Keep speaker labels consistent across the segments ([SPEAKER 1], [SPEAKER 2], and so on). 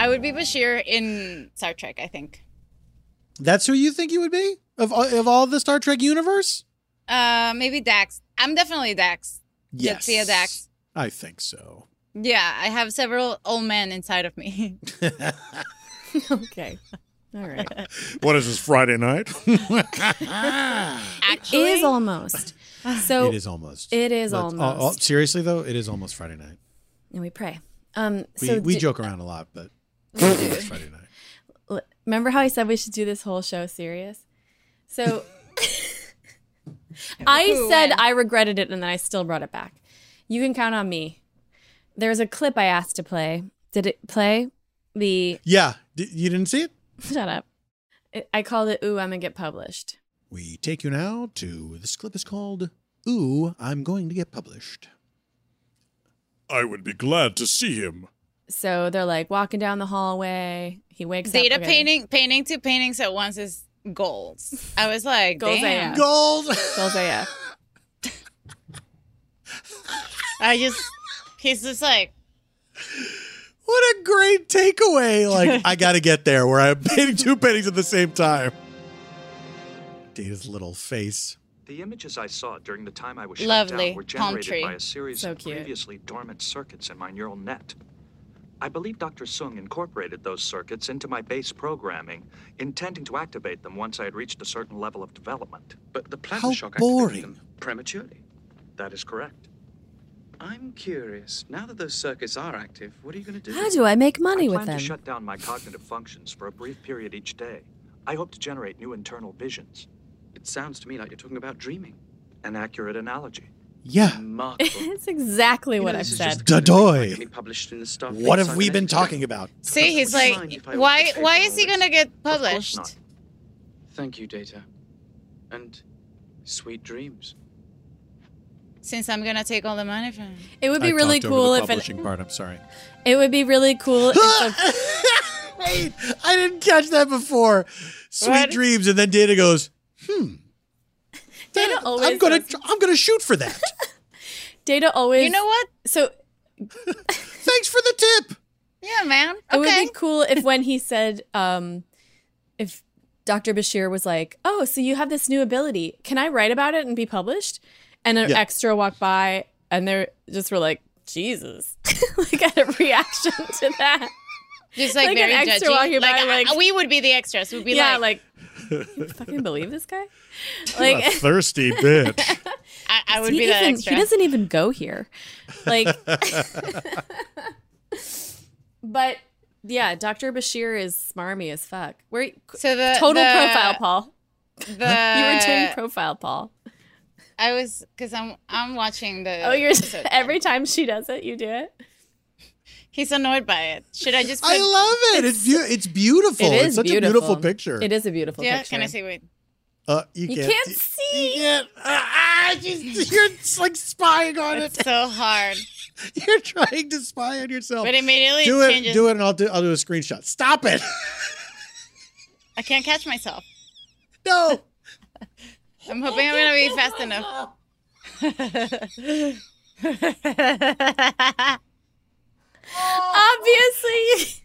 [SPEAKER 1] I would be Bashir in Star Trek, I think.
[SPEAKER 2] That's who you think you would be of of all the Star Trek universe?
[SPEAKER 1] Uh, maybe Dax. I'm definitely Dax. Yes. Jadzia Dax.
[SPEAKER 2] I think so.
[SPEAKER 1] Yeah, I have several old men inside of me.
[SPEAKER 3] Okay. All right.
[SPEAKER 2] What is this Friday night?
[SPEAKER 1] Actually,
[SPEAKER 3] is almost. So
[SPEAKER 2] it is almost.
[SPEAKER 3] It is
[SPEAKER 2] Let's- oh, oh,
[SPEAKER 3] almost.
[SPEAKER 2] seriously though, it is almost Friday night.
[SPEAKER 3] and we pray. Um
[SPEAKER 2] We,
[SPEAKER 3] so
[SPEAKER 2] we
[SPEAKER 3] di-
[SPEAKER 2] joke around a lot, but it's Friday night.
[SPEAKER 3] l- remember how I said we should do this whole show serious? So I
[SPEAKER 1] Who
[SPEAKER 3] said
[SPEAKER 1] wins?
[SPEAKER 3] I regretted it and then I still brought it back. You can count on me. There's a clip I asked to play. Did it play? The
[SPEAKER 2] Yeah, D- you didn't see it.
[SPEAKER 3] shut up. It- I called it Ooh, I'm gonna get published.
[SPEAKER 2] We take you now to this clip is called "Ooh, I'm going to get published."
[SPEAKER 4] I would be glad to see him.
[SPEAKER 3] So they're like walking down the hallway. He wakes up.
[SPEAKER 1] Zeta
[SPEAKER 3] okay.
[SPEAKER 1] painting, painting two paintings at once is goals. I was like,
[SPEAKER 3] Goals
[SPEAKER 1] damn.
[SPEAKER 3] AF.
[SPEAKER 2] Gold.
[SPEAKER 3] Goals AF.
[SPEAKER 1] I just, he's just like,
[SPEAKER 2] what a great takeaway! Like I got to get there where I'm painting two paintings at the same time. Data's little face.
[SPEAKER 5] The images I saw during the time I was shut
[SPEAKER 1] Lovely.
[SPEAKER 5] down were
[SPEAKER 1] Palm
[SPEAKER 5] generated
[SPEAKER 1] tree.
[SPEAKER 5] by a series
[SPEAKER 3] So
[SPEAKER 5] of
[SPEAKER 3] cute.
[SPEAKER 5] previously dormant circuits in my neural net. I believe Dr. Sung incorporated those circuits into my base programming, intending to activate them once I had reached a certain level of development.
[SPEAKER 6] But the
[SPEAKER 2] How
[SPEAKER 6] plasma shock
[SPEAKER 2] boring.
[SPEAKER 6] activated them prematurely.
[SPEAKER 5] That is correct.
[SPEAKER 6] I'm curious. Now that those circuits are active, what are you going to do?
[SPEAKER 3] How do I make money
[SPEAKER 5] I
[SPEAKER 3] with
[SPEAKER 5] plan
[SPEAKER 3] them?
[SPEAKER 5] to shut down my cognitive functions for a brief period each day. I hope to generate new internal visions.
[SPEAKER 6] It sounds to me like you're talking about dreaming.
[SPEAKER 5] An accurate analogy.
[SPEAKER 2] Yeah.
[SPEAKER 6] Remarkable.
[SPEAKER 3] it's exactly
[SPEAKER 6] You know,
[SPEAKER 3] what I've
[SPEAKER 6] this is just
[SPEAKER 3] said.
[SPEAKER 6] the kind of thing
[SPEAKER 2] Dadoy.
[SPEAKER 6] that can be published in the Starfleet
[SPEAKER 2] What have we
[SPEAKER 6] Cybernetic
[SPEAKER 2] been talking
[SPEAKER 6] Journal.
[SPEAKER 2] about?
[SPEAKER 1] see, he's
[SPEAKER 6] Would you
[SPEAKER 1] like,
[SPEAKER 6] mind if I
[SPEAKER 1] why,
[SPEAKER 6] overtake
[SPEAKER 1] why
[SPEAKER 6] all
[SPEAKER 1] is he
[SPEAKER 6] this?
[SPEAKER 1] gonna get
[SPEAKER 5] Of course
[SPEAKER 1] published?
[SPEAKER 5] not.
[SPEAKER 6] Thank you, Data. And sweet dreams.
[SPEAKER 1] Since I'm gonna take all the money from him.
[SPEAKER 3] It would be
[SPEAKER 2] I
[SPEAKER 3] really
[SPEAKER 2] talked over
[SPEAKER 3] cool
[SPEAKER 2] the
[SPEAKER 3] if it,
[SPEAKER 2] publishing part. I'm sorry.
[SPEAKER 3] it would be really cool. if the-
[SPEAKER 2] Wait, I didn't catch that before. Sweet
[SPEAKER 1] What?
[SPEAKER 2] dreams, and then Data goes, "Hmm,
[SPEAKER 3] Data always
[SPEAKER 2] "I'm gonna,
[SPEAKER 3] does-
[SPEAKER 2] I'm gonna shoot for that."
[SPEAKER 3] Data always.
[SPEAKER 1] You know what?
[SPEAKER 3] So
[SPEAKER 2] Thanks for the tip.
[SPEAKER 1] Yeah, man.
[SPEAKER 3] it
[SPEAKER 1] Okay.
[SPEAKER 3] would be cool if when he said, um, if Dr. Bashir was like, "Oh, so you have this new ability? Can I write about it and be published?" And an
[SPEAKER 2] Yeah.
[SPEAKER 3] extra walked by, and they just were like, "Jesus!" like at a reaction to that.
[SPEAKER 1] Just like,
[SPEAKER 3] Like an
[SPEAKER 1] very
[SPEAKER 3] extra
[SPEAKER 1] judgy.
[SPEAKER 3] walking by,
[SPEAKER 1] like,
[SPEAKER 3] like-
[SPEAKER 1] I- we would be the extras. We'd be
[SPEAKER 3] yeah,
[SPEAKER 1] like,
[SPEAKER 3] like, "Can you fucking believe this guy? Like,
[SPEAKER 2] thirsty bitch.
[SPEAKER 1] I, I would
[SPEAKER 3] he,
[SPEAKER 1] be the
[SPEAKER 3] even-
[SPEAKER 1] extra.
[SPEAKER 3] he doesn't even go here. Like, but yeah, Dr. Bashir is smarmy as fuck. Where
[SPEAKER 1] so the
[SPEAKER 3] total
[SPEAKER 1] the- uh,
[SPEAKER 3] profile, Paul.
[SPEAKER 1] The,
[SPEAKER 3] You were doing profile, Paul.
[SPEAKER 1] I was because I'm I'm watching the.
[SPEAKER 3] Oh, you're
[SPEAKER 1] episode.
[SPEAKER 3] every time she does it, you do it.
[SPEAKER 1] He's annoyed by it. Should I just? Put,
[SPEAKER 2] I love it. It's beau- it's beautiful.
[SPEAKER 3] It
[SPEAKER 2] it's
[SPEAKER 3] is
[SPEAKER 2] such
[SPEAKER 3] beautiful.
[SPEAKER 2] a beautiful picture.
[SPEAKER 3] It is a beautiful
[SPEAKER 1] yeah.
[SPEAKER 3] picture.
[SPEAKER 1] Can I see? Wait.
[SPEAKER 2] Uh, you,
[SPEAKER 3] You
[SPEAKER 2] can't,
[SPEAKER 3] can't
[SPEAKER 2] you-
[SPEAKER 3] see.
[SPEAKER 2] You can't. Ah, ah, she's- you're like spying on it.
[SPEAKER 1] It's so hard.
[SPEAKER 2] You're trying to spy on yourself.
[SPEAKER 1] But immediately
[SPEAKER 2] do
[SPEAKER 1] it
[SPEAKER 2] it.
[SPEAKER 1] changes.
[SPEAKER 2] Do it, and I'll do. I'll do a screenshot. Stop it.
[SPEAKER 1] I can't catch myself.
[SPEAKER 2] no.
[SPEAKER 1] I'm hoping I'm gonna be fast enough.
[SPEAKER 2] Ah.
[SPEAKER 3] Obviously,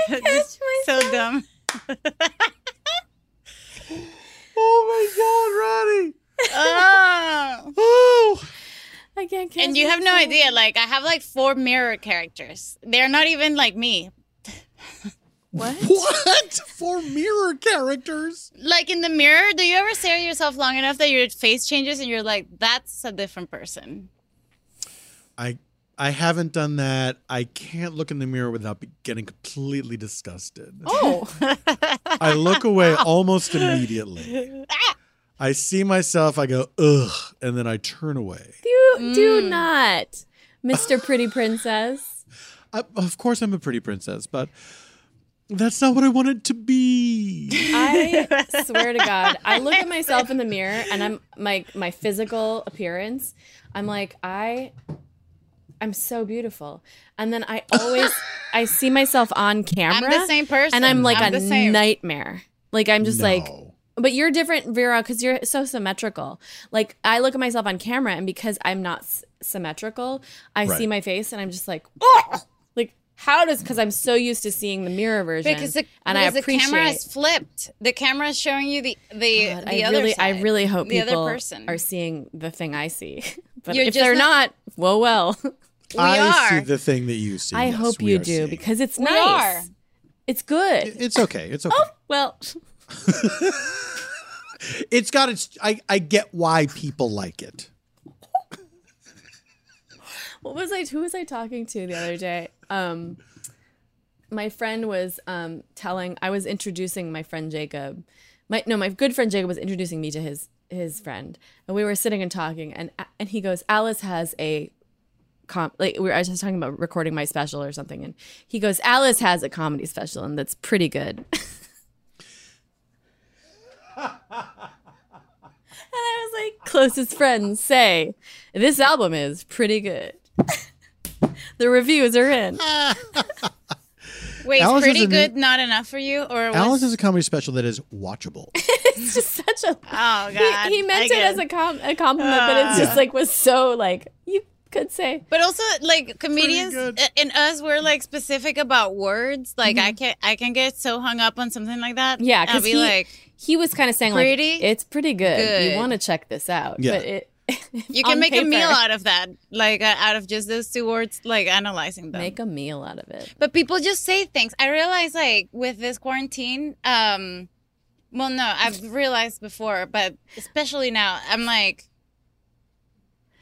[SPEAKER 1] Just so dumb.
[SPEAKER 2] Oh my God, Ronnie.
[SPEAKER 1] Oh.
[SPEAKER 2] Oh,
[SPEAKER 3] I can't catch
[SPEAKER 1] And you have no
[SPEAKER 3] myself.
[SPEAKER 1] idea. Like I have like four mirror characters. They're not even like me.
[SPEAKER 3] What?
[SPEAKER 2] what? Four mirror characters.
[SPEAKER 1] Like in the mirror, do you ever stare at yourself long enough that your face changes and you're like, that's a different person?
[SPEAKER 2] I I haven't done that. I can't look in the mirror without be- getting completely disgusted.
[SPEAKER 3] Oh.
[SPEAKER 2] I look away almost immediately. I see myself. I go ugh, and then I turn away.
[SPEAKER 3] You do
[SPEAKER 1] Mm.
[SPEAKER 3] not, Mr. Pretty Princess.
[SPEAKER 2] I, of course, I'm a pretty princess, but that's not what I wanted to be.
[SPEAKER 3] I swear to God, I look at myself in the mirror and I'm my my physical appearance. I'm like I, I'm so beautiful, and then I always I see myself on
[SPEAKER 1] I'm
[SPEAKER 3] camera,
[SPEAKER 1] the same person.
[SPEAKER 3] and I'm like a
[SPEAKER 1] the same.
[SPEAKER 3] nightmare. Like I'm just like
[SPEAKER 2] No.
[SPEAKER 3] But you're different, Vera, because you're so symmetrical. Like I look at myself on camera, and because I'm not s- symmetrical, I
[SPEAKER 2] Right.
[SPEAKER 3] see my face, and I'm just like, oh, like how does? Because I'm so used to seeing the mirror version,
[SPEAKER 1] because the,
[SPEAKER 3] and I
[SPEAKER 1] because
[SPEAKER 3] appreciate.
[SPEAKER 1] the camera is flipped. The camera is showing you the the,
[SPEAKER 3] God,
[SPEAKER 1] the
[SPEAKER 3] I
[SPEAKER 1] other
[SPEAKER 3] really, I
[SPEAKER 1] side,
[SPEAKER 3] really hope
[SPEAKER 1] the
[SPEAKER 3] people
[SPEAKER 1] other person.
[SPEAKER 3] are seeing the thing I see. but
[SPEAKER 1] You're
[SPEAKER 3] if
[SPEAKER 1] just
[SPEAKER 3] they're not,
[SPEAKER 1] not-
[SPEAKER 3] well, well,
[SPEAKER 1] we
[SPEAKER 2] I
[SPEAKER 1] are.
[SPEAKER 2] see the thing that you see.
[SPEAKER 3] I
[SPEAKER 2] Yes,
[SPEAKER 3] hope
[SPEAKER 2] we
[SPEAKER 3] you
[SPEAKER 2] are
[SPEAKER 3] do
[SPEAKER 2] seeing.
[SPEAKER 3] because it's
[SPEAKER 1] We
[SPEAKER 3] nice.
[SPEAKER 1] are.
[SPEAKER 3] It's good.
[SPEAKER 2] it's okay. It's okay.
[SPEAKER 3] well,
[SPEAKER 2] It's got its. I I get why people like it.
[SPEAKER 3] what was I? Who was I talking to the other day? Um, my friend was um, telling. I was introducing my friend Jacob. My no, my good friend Jacob was introducing me to his his friend, and we were sitting and talking, and and he goes, "Alice has a." Com- like we were, I was just talking about recording my special or something, and he goes, "Alice has a comedy special, and that's pretty good." and I was like, "Closest friends say this album is pretty good." the reviews are in.
[SPEAKER 1] Wait,
[SPEAKER 2] Alice
[SPEAKER 1] it's
[SPEAKER 2] is
[SPEAKER 1] pretty
[SPEAKER 2] a new-
[SPEAKER 1] good. not enough for you, or
[SPEAKER 2] Alice
[SPEAKER 1] was-
[SPEAKER 2] is a comedy special that is watchable.
[SPEAKER 3] It's just such a
[SPEAKER 1] Oh God,
[SPEAKER 3] he, he meant
[SPEAKER 1] I
[SPEAKER 3] it
[SPEAKER 1] get
[SPEAKER 3] as a, com- a compliment, but it's just like was so like you could say
[SPEAKER 1] But also, like comedians
[SPEAKER 2] good.
[SPEAKER 1] a- and us, we're like specific about words. Like I can I can get so hung up on something like that.
[SPEAKER 3] Mm-hmm. yeah
[SPEAKER 1] I'll
[SPEAKER 3] because
[SPEAKER 1] be
[SPEAKER 3] he
[SPEAKER 1] like,
[SPEAKER 3] he was kind of saying
[SPEAKER 1] Pretty
[SPEAKER 3] like it's pretty good. You
[SPEAKER 1] good.
[SPEAKER 3] want to check this out,
[SPEAKER 2] Yeah.
[SPEAKER 3] but it
[SPEAKER 1] you can
[SPEAKER 3] on
[SPEAKER 1] make a meal
[SPEAKER 3] paper.
[SPEAKER 1] out of that. Like uh, out of just those two words, like analyzing them.
[SPEAKER 3] make a meal out of it.
[SPEAKER 1] but people just say things. I realize, like with this quarantine, um, well, no, I've realized before, but especially now, I'm like.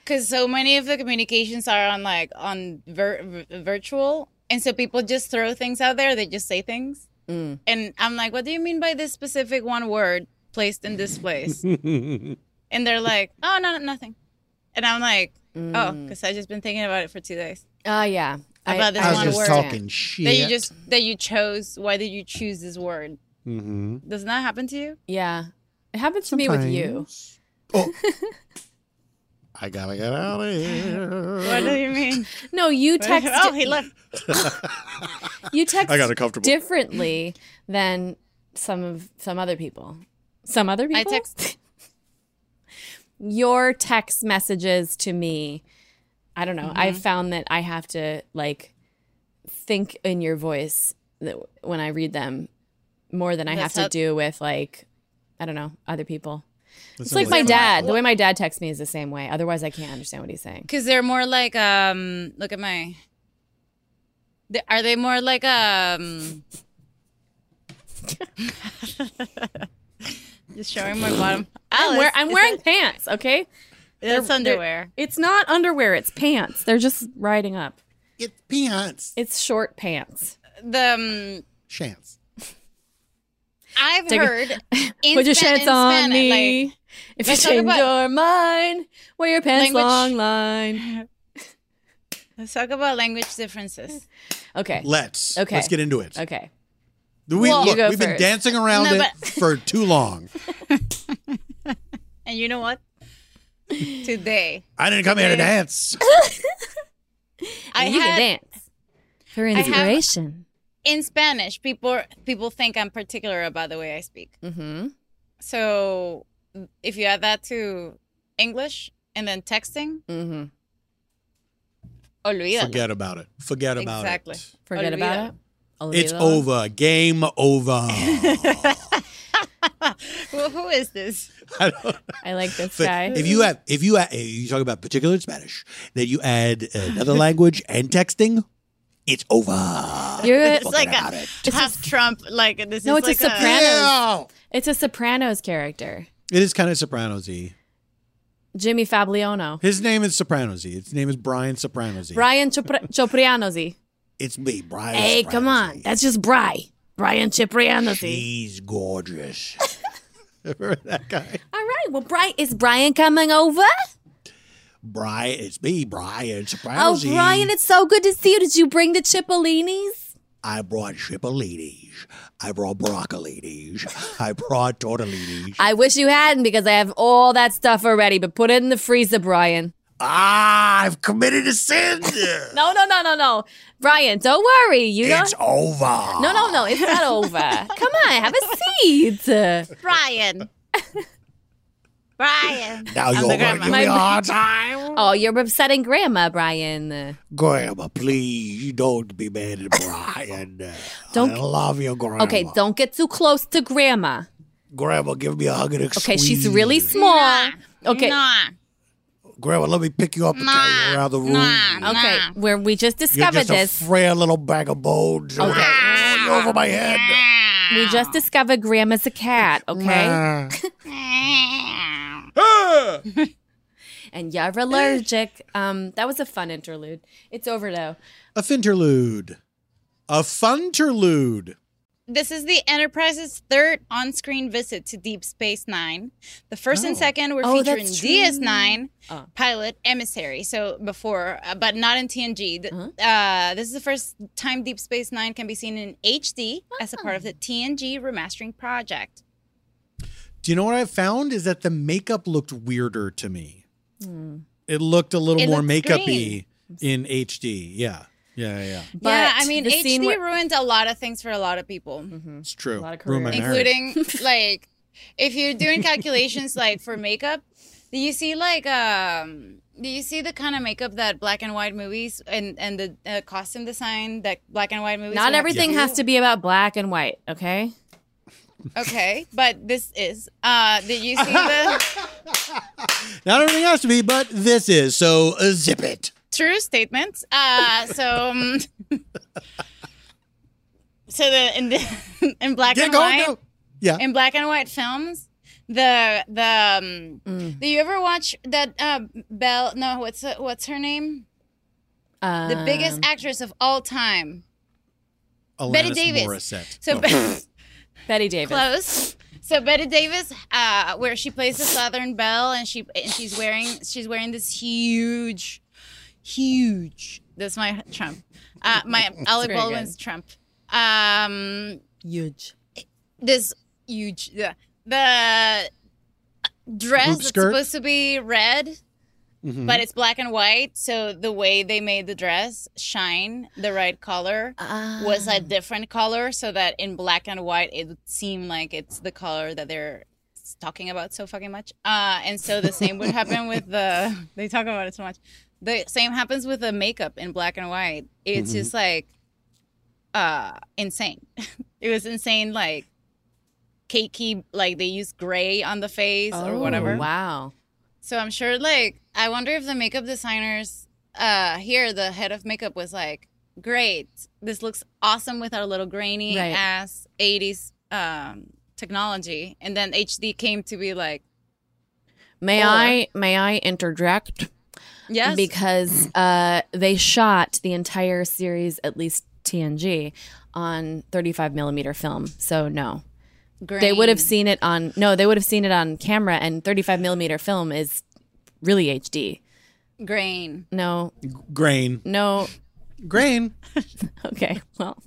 [SPEAKER 1] Because so many of the communications are on like on vir- vir- virtual, and so people just throw things out there. They just say things.
[SPEAKER 3] Mm.
[SPEAKER 1] And I'm like, what do you mean by this specific one word placed in this place? and they're like, oh, no, nothing. And I'm like, oh, because I've just been thinking about it for two days.
[SPEAKER 3] Oh yeah,
[SPEAKER 1] About this
[SPEAKER 2] I was
[SPEAKER 1] one
[SPEAKER 2] just
[SPEAKER 1] word.
[SPEAKER 2] talking shit.
[SPEAKER 1] That you just, that you chose, why did you choose this word?
[SPEAKER 2] Mhm.
[SPEAKER 1] Doesn't that happen to you?
[SPEAKER 3] Yeah, it happens to me with you.
[SPEAKER 2] Sometimes. Oh. I gotta get out of here.
[SPEAKER 1] What do you mean?
[SPEAKER 3] No, you text.
[SPEAKER 1] oh, he left.
[SPEAKER 3] You text
[SPEAKER 2] I got it comfortable.
[SPEAKER 3] differently than some of some other people. Some other people.
[SPEAKER 1] I text.
[SPEAKER 3] your text messages to me i don't know
[SPEAKER 1] Mm-hmm.
[SPEAKER 3] i've found that i have to like think in your voice that when i read them more than i
[SPEAKER 1] That's
[SPEAKER 3] have
[SPEAKER 1] how-
[SPEAKER 3] to do with like i don't know other people
[SPEAKER 2] That's
[SPEAKER 3] it's
[SPEAKER 2] not
[SPEAKER 3] like my
[SPEAKER 2] fun.
[SPEAKER 3] dad the way my dad texts me is the same way otherwise i can't understand what he's saying
[SPEAKER 1] Because they're more like, um, look at my. They- Are they more like um? Just showing my bottom.
[SPEAKER 3] i'm, wear-
[SPEAKER 1] Alice,
[SPEAKER 3] I'm
[SPEAKER 1] is
[SPEAKER 3] wearing
[SPEAKER 1] that-
[SPEAKER 3] pants okay
[SPEAKER 1] That's
[SPEAKER 3] They're- they're-
[SPEAKER 1] underwear.
[SPEAKER 3] it's not underwear it's pants they're just riding up
[SPEAKER 2] It's peanuts.
[SPEAKER 3] it's short pants
[SPEAKER 1] The um,
[SPEAKER 2] Chance.
[SPEAKER 1] I've
[SPEAKER 3] Take a-
[SPEAKER 1] heard in
[SPEAKER 3] Put your
[SPEAKER 1] Spa- in
[SPEAKER 3] shirts on
[SPEAKER 1] Spanish,
[SPEAKER 3] me.
[SPEAKER 1] like,
[SPEAKER 3] if you
[SPEAKER 1] let's talk
[SPEAKER 3] change
[SPEAKER 1] about-
[SPEAKER 3] your mind, wear your pants
[SPEAKER 1] Language-
[SPEAKER 3] long line.
[SPEAKER 1] let's talk about language differences.
[SPEAKER 3] Okay.
[SPEAKER 2] Let's.
[SPEAKER 3] Okay.
[SPEAKER 2] Let's get into it.
[SPEAKER 3] Okay.
[SPEAKER 2] We,
[SPEAKER 1] Well-
[SPEAKER 3] You
[SPEAKER 2] look,
[SPEAKER 3] go
[SPEAKER 2] we've been
[SPEAKER 3] first.
[SPEAKER 2] dancing around
[SPEAKER 1] No,
[SPEAKER 2] it
[SPEAKER 1] but-
[SPEAKER 2] for too long.
[SPEAKER 1] And you know what? Today
[SPEAKER 2] I didn't come here to dance.
[SPEAKER 1] I
[SPEAKER 3] And you
[SPEAKER 1] had
[SPEAKER 3] can dance for
[SPEAKER 1] have-
[SPEAKER 3] inspiration.
[SPEAKER 1] in Spanish people people think I'm particular about the way I speak.
[SPEAKER 3] Mm-hmm.
[SPEAKER 1] So if you add that to English and then texting,
[SPEAKER 3] Mm-hmm.
[SPEAKER 1] olvídalo.
[SPEAKER 2] Forget about it. Forget about
[SPEAKER 1] Exactly.
[SPEAKER 2] it.
[SPEAKER 3] Forget about
[SPEAKER 1] Olvídalo.
[SPEAKER 3] it. Olvido.
[SPEAKER 2] It's over. Game over.
[SPEAKER 1] Well, who is this?
[SPEAKER 2] I don't-
[SPEAKER 3] I like this
[SPEAKER 2] But
[SPEAKER 3] guy.
[SPEAKER 2] If you have, if you have, you talk about particular Spanish, then you add uh, another language and texting, it's over.
[SPEAKER 3] You're a-
[SPEAKER 1] It's like
[SPEAKER 2] about
[SPEAKER 1] a
[SPEAKER 2] it.
[SPEAKER 1] half Trump. Like this
[SPEAKER 3] No,
[SPEAKER 1] is
[SPEAKER 3] it's a
[SPEAKER 1] like
[SPEAKER 3] Sopranos. it's a Sopranos character,
[SPEAKER 2] It is kind of Sopranosy.
[SPEAKER 3] Jimmy Fabliano,
[SPEAKER 2] His name is Sopranosy. His name is Brian Sopranosy.
[SPEAKER 3] Brian Chopra- Choprianosi.
[SPEAKER 2] It's me, Brian.
[SPEAKER 3] Hey, come on,
[SPEAKER 2] Sopranosy.
[SPEAKER 3] that's just Bry. Brian Choprianosi.
[SPEAKER 2] She's gorgeous. Remember that guy?
[SPEAKER 3] All right, well, Bry is Brian coming over?
[SPEAKER 2] Brian, it's me,
[SPEAKER 3] Oh,
[SPEAKER 2] Brian Sopranosy.
[SPEAKER 3] Brian, it's so good to see you. Did you bring the Cipollini's?
[SPEAKER 2] I brought chippolinis. I brought broccolinis. I brought tortellinis.
[SPEAKER 3] I wish you hadn't because I have all that stuff already, but put it in the freezer, Brian.
[SPEAKER 2] Ah, I've committed a sin.
[SPEAKER 3] No, no, no, no, no. Brian, don't worry. You don't.
[SPEAKER 2] It's over.
[SPEAKER 3] No, no, no. It's not over. Come on, have a seat.
[SPEAKER 1] a Brian. Brian.
[SPEAKER 2] Now you're
[SPEAKER 1] the
[SPEAKER 2] going to
[SPEAKER 1] grandma.
[SPEAKER 2] give me a hard time.
[SPEAKER 3] Oh, you're upsetting Grandma, Brian.
[SPEAKER 2] Grandma, please, you don't be mad at Brian.
[SPEAKER 3] Don't-
[SPEAKER 2] I love you, Grandma.
[SPEAKER 3] Okay, don't get too close to Grandma.
[SPEAKER 2] Grandma, give me a hug and a
[SPEAKER 3] Okay,
[SPEAKER 2] squeeze.
[SPEAKER 3] she's really small. Okay.
[SPEAKER 1] Nah.
[SPEAKER 2] Grandma, let me pick you up and carry you around the room.
[SPEAKER 1] Nah.
[SPEAKER 3] Okay, where we just
[SPEAKER 2] You're
[SPEAKER 3] discovered
[SPEAKER 2] just
[SPEAKER 3] this. Oh,
[SPEAKER 2] a frail little bag of bones.
[SPEAKER 3] Okay.
[SPEAKER 2] You're over my head.
[SPEAKER 3] we just discovered Grandma's a cat, okay? and you're allergic. Um, that was a fun interlude. It's over now.
[SPEAKER 2] A finterlude. A funterlude.
[SPEAKER 1] This is the Enterprise's third on screen visit to Deep Space Nine. The first and
[SPEAKER 2] Oh.
[SPEAKER 1] second were
[SPEAKER 3] Oh,
[SPEAKER 1] featured in
[SPEAKER 3] that's
[SPEAKER 1] DS9,
[SPEAKER 3] Oh.
[SPEAKER 1] Pilot, Emissary, so before, uh, but not in TNG. Th-
[SPEAKER 3] Uh-huh.
[SPEAKER 1] uh, this is the first time Deep Space Nine can be seen in HD as a part
[SPEAKER 3] Ah.
[SPEAKER 1] of the TNG remastering project.
[SPEAKER 2] Do you know what I found is that the makeup looked weirder to me. It looked a little
[SPEAKER 1] It
[SPEAKER 2] more
[SPEAKER 1] looked
[SPEAKER 2] makeup y
[SPEAKER 1] green.
[SPEAKER 2] in HD. Yeah. Yeah, yeah, yeah.
[SPEAKER 1] yeah,
[SPEAKER 3] But
[SPEAKER 1] I mean,
[SPEAKER 3] the
[SPEAKER 1] HD
[SPEAKER 3] scene where- Mm-hmm.
[SPEAKER 1] ruined a lot of things for a lot of people.
[SPEAKER 2] It's true.
[SPEAKER 3] A lot of
[SPEAKER 2] Ruined my
[SPEAKER 3] career.
[SPEAKER 2] marriage.
[SPEAKER 1] including like if you're doing calculations like for makeup do you see like um do you see the kind of makeup that black and white movies and and the uh, costume design that black and white movies
[SPEAKER 3] Not
[SPEAKER 1] would have
[SPEAKER 3] everything
[SPEAKER 1] to
[SPEAKER 3] has to be about black and white, okay?
[SPEAKER 1] do? okay but this is uh did you see the
[SPEAKER 2] Not everything has to be, but this is. So uh, zip it.
[SPEAKER 1] true statements uh so um, so the in the, in black
[SPEAKER 2] Yeah,
[SPEAKER 1] and
[SPEAKER 2] go,
[SPEAKER 1] white
[SPEAKER 2] go. Yeah.
[SPEAKER 1] in black and white films. The the um, do you ever watch that uh, Belle? No, what's what's her name?
[SPEAKER 3] Um,
[SPEAKER 1] The biggest actress of all time. Betty
[SPEAKER 2] Alanis
[SPEAKER 1] Davis.
[SPEAKER 2] Morissette.
[SPEAKER 1] So
[SPEAKER 2] Oh.
[SPEAKER 3] Betty Davis.
[SPEAKER 1] close. So Betty Davis, uh, where she plays the Southern Belle, and she and she's wearing she's wearing this huge, huge. That's my Trump. Uh, my
[SPEAKER 3] very
[SPEAKER 1] Alec
[SPEAKER 3] good.
[SPEAKER 1] Baldwin's Trump. Um,
[SPEAKER 3] Huge.
[SPEAKER 1] this huge yeah, the dress
[SPEAKER 2] Hoop
[SPEAKER 1] that's
[SPEAKER 2] skirt?
[SPEAKER 1] supposed to be red
[SPEAKER 2] Mm-hmm.
[SPEAKER 1] but it's black and white so the way they made the dress shine the right color was a different color so that in black and white it would seem like it's the color that they're talking about so fucking much uh and so the same would happen with the they talk about it so much the same happens with the makeup in black and white it's just like uh insane it was insane like cakey like they use gray on the face or
[SPEAKER 3] Oh,
[SPEAKER 1] whatever
[SPEAKER 3] Wow.
[SPEAKER 1] so i'm sure like i wonder if the makeup designers uh here the head of makeup was like great this looks awesome with our little grainy
[SPEAKER 3] Right.
[SPEAKER 1] ass 80s um technology and then hd came to be like
[SPEAKER 3] May
[SPEAKER 1] Or-
[SPEAKER 3] I may I interject?
[SPEAKER 1] yes
[SPEAKER 3] Because uh, they shot the entire series, at least TNG, on 35 millimeter film. So no, they would have
[SPEAKER 1] grain."
[SPEAKER 3] seen it on no, they would have seen it on camera. And 35 millimeter film is really HD.
[SPEAKER 1] grain
[SPEAKER 3] No,
[SPEAKER 2] Grain.
[SPEAKER 3] no.
[SPEAKER 2] Grain.
[SPEAKER 3] Okay, well,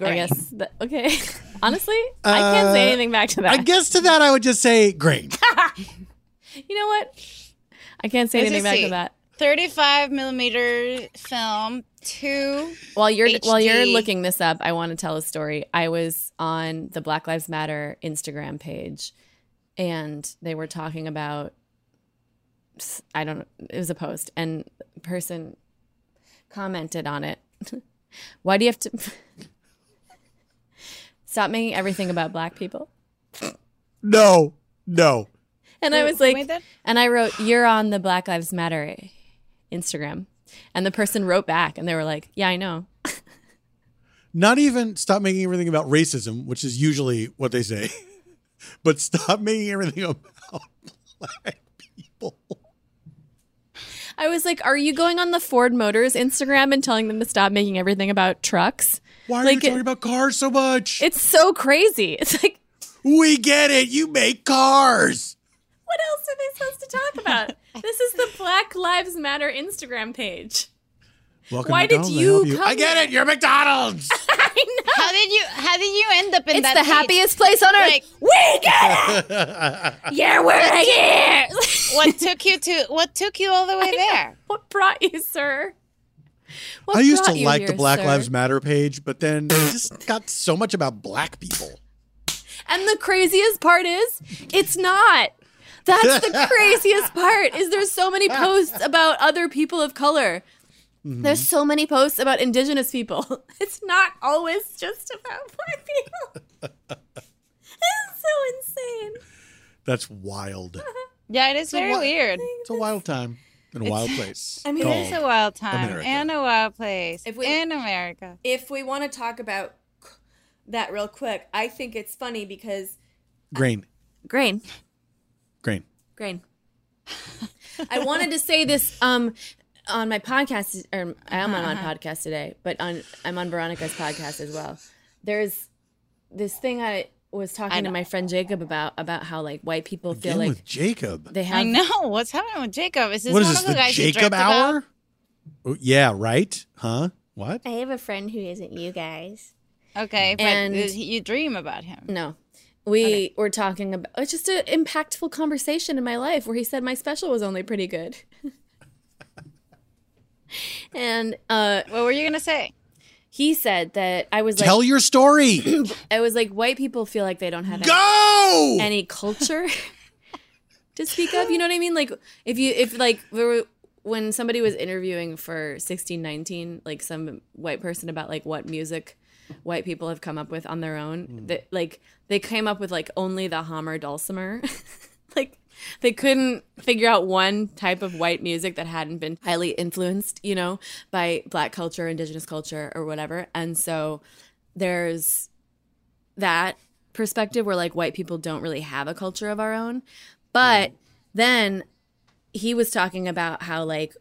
[SPEAKER 3] I guess. That, okay, honestly, I can't
[SPEAKER 2] Uh,
[SPEAKER 3] say anything back to that.
[SPEAKER 2] I guess to that I would just say grain.
[SPEAKER 3] you know what? I can't say
[SPEAKER 1] Let's
[SPEAKER 3] anything
[SPEAKER 1] just
[SPEAKER 3] back
[SPEAKER 1] see.
[SPEAKER 3] to that.
[SPEAKER 1] 35 millimeter film two
[SPEAKER 3] While you're while you're
[SPEAKER 1] HD.
[SPEAKER 3] looking this up, I want to tell a story. I was on the Black Lives Matter Instagram page, and they were talking about I don't know. It was a post, and the person commented on it. Why do you have to stop making everything about black people?
[SPEAKER 2] No, no.
[SPEAKER 3] And I
[SPEAKER 1] Wait,
[SPEAKER 3] was like,
[SPEAKER 1] wait, that-
[SPEAKER 3] and I wrote, "You're on the Black Lives Matter Instagram," and the person wrote back, and they were like, "Yeah, I know."
[SPEAKER 2] Not even stop making everything about racism, which is usually what they say, but stop making everything about black people.
[SPEAKER 3] I was like, "Are you going on the Ford Motors Instagram and telling them to stop making everything about trucks?"
[SPEAKER 2] Why are
[SPEAKER 3] Like,
[SPEAKER 2] you talking about cars so much?
[SPEAKER 3] It's so crazy. It's like,
[SPEAKER 2] we get it. You make cars.
[SPEAKER 3] what else are they supposed to talk about? this is the Black Lives Matter Instagram page.
[SPEAKER 2] Welcome
[SPEAKER 3] Why
[SPEAKER 2] to
[SPEAKER 3] did
[SPEAKER 2] McDonald's. I
[SPEAKER 3] you
[SPEAKER 2] help
[SPEAKER 3] come
[SPEAKER 2] I get it. You're McDonald's.
[SPEAKER 3] I know.
[SPEAKER 1] How did you? How did you end up in
[SPEAKER 3] It's
[SPEAKER 1] that?
[SPEAKER 3] the
[SPEAKER 1] seat?
[SPEAKER 3] happiest place on earth.
[SPEAKER 1] Like-
[SPEAKER 3] we got it. yeah, we're here.
[SPEAKER 1] What took you to? What took you all the way there?
[SPEAKER 3] what brought you, sir? What
[SPEAKER 2] I used to
[SPEAKER 3] brought you
[SPEAKER 2] like the
[SPEAKER 3] here,
[SPEAKER 2] Black
[SPEAKER 3] sir?
[SPEAKER 2] Lives Matter page, but then it just got so much about black people.
[SPEAKER 3] And the craziest part is, it's not. That's the craziest part. Is there's so many posts about other people of color. There's so many posts about indigenous people. It's not always just about black people. it's so insane.
[SPEAKER 2] That's wild.
[SPEAKER 1] Yeah, it is very
[SPEAKER 2] what?
[SPEAKER 1] weird.
[SPEAKER 2] It's a wild time in a wild place.
[SPEAKER 3] I mean,
[SPEAKER 1] It is
[SPEAKER 2] Called
[SPEAKER 1] a wild time
[SPEAKER 2] America.
[SPEAKER 1] and a wild place
[SPEAKER 3] If we-
[SPEAKER 1] in America.
[SPEAKER 3] If we want to talk about that real quick, I think it's funny because
[SPEAKER 2] Grain.
[SPEAKER 3] grain.
[SPEAKER 2] Grain.
[SPEAKER 3] grain. I wanted to say this um on my podcast, or I am on my
[SPEAKER 1] Uh-huh.
[SPEAKER 3] podcast today, but on I'm on Veronica's podcast as well. There's this thing I was talking to
[SPEAKER 1] know.
[SPEAKER 3] my friend Jacob about about how like white people feel
[SPEAKER 2] Again
[SPEAKER 3] like
[SPEAKER 2] with Jacob.
[SPEAKER 3] they
[SPEAKER 1] I
[SPEAKER 3] have
[SPEAKER 1] know what's happening with Jacob. Is this
[SPEAKER 2] What is
[SPEAKER 1] one
[SPEAKER 2] this,
[SPEAKER 1] of the,
[SPEAKER 2] the
[SPEAKER 1] guys you
[SPEAKER 2] Jacob
[SPEAKER 1] dreamt about?
[SPEAKER 2] hour? Oh, yeah, right? Huh? What?
[SPEAKER 7] I have a friend who isn't you guys.
[SPEAKER 1] Okay, but
[SPEAKER 3] And-
[SPEAKER 1] is- you dream about him.
[SPEAKER 3] no. We were talking about it's just an impactful conversation in my life where he said my special was only pretty good. and uh
[SPEAKER 1] What were you gonna say?
[SPEAKER 3] he said that I was like
[SPEAKER 2] Tell your story.
[SPEAKER 3] I was like white people feel like they don't have any-
[SPEAKER 2] Go!
[SPEAKER 3] any culture to speak of. You know what I mean? Like if you if like we were, when somebody was interviewing for sixteen nineteen, like some white person about like what music white people have come up with on their own, that like they came up with like only the Hammer dulcimer. like they couldn't figure out one type of white music that hadn't been highly influenced, you know, by black culture, indigenous culture, or whatever. And so there's that perspective where like white people don't really have a culture of our own. But then he was talking about how like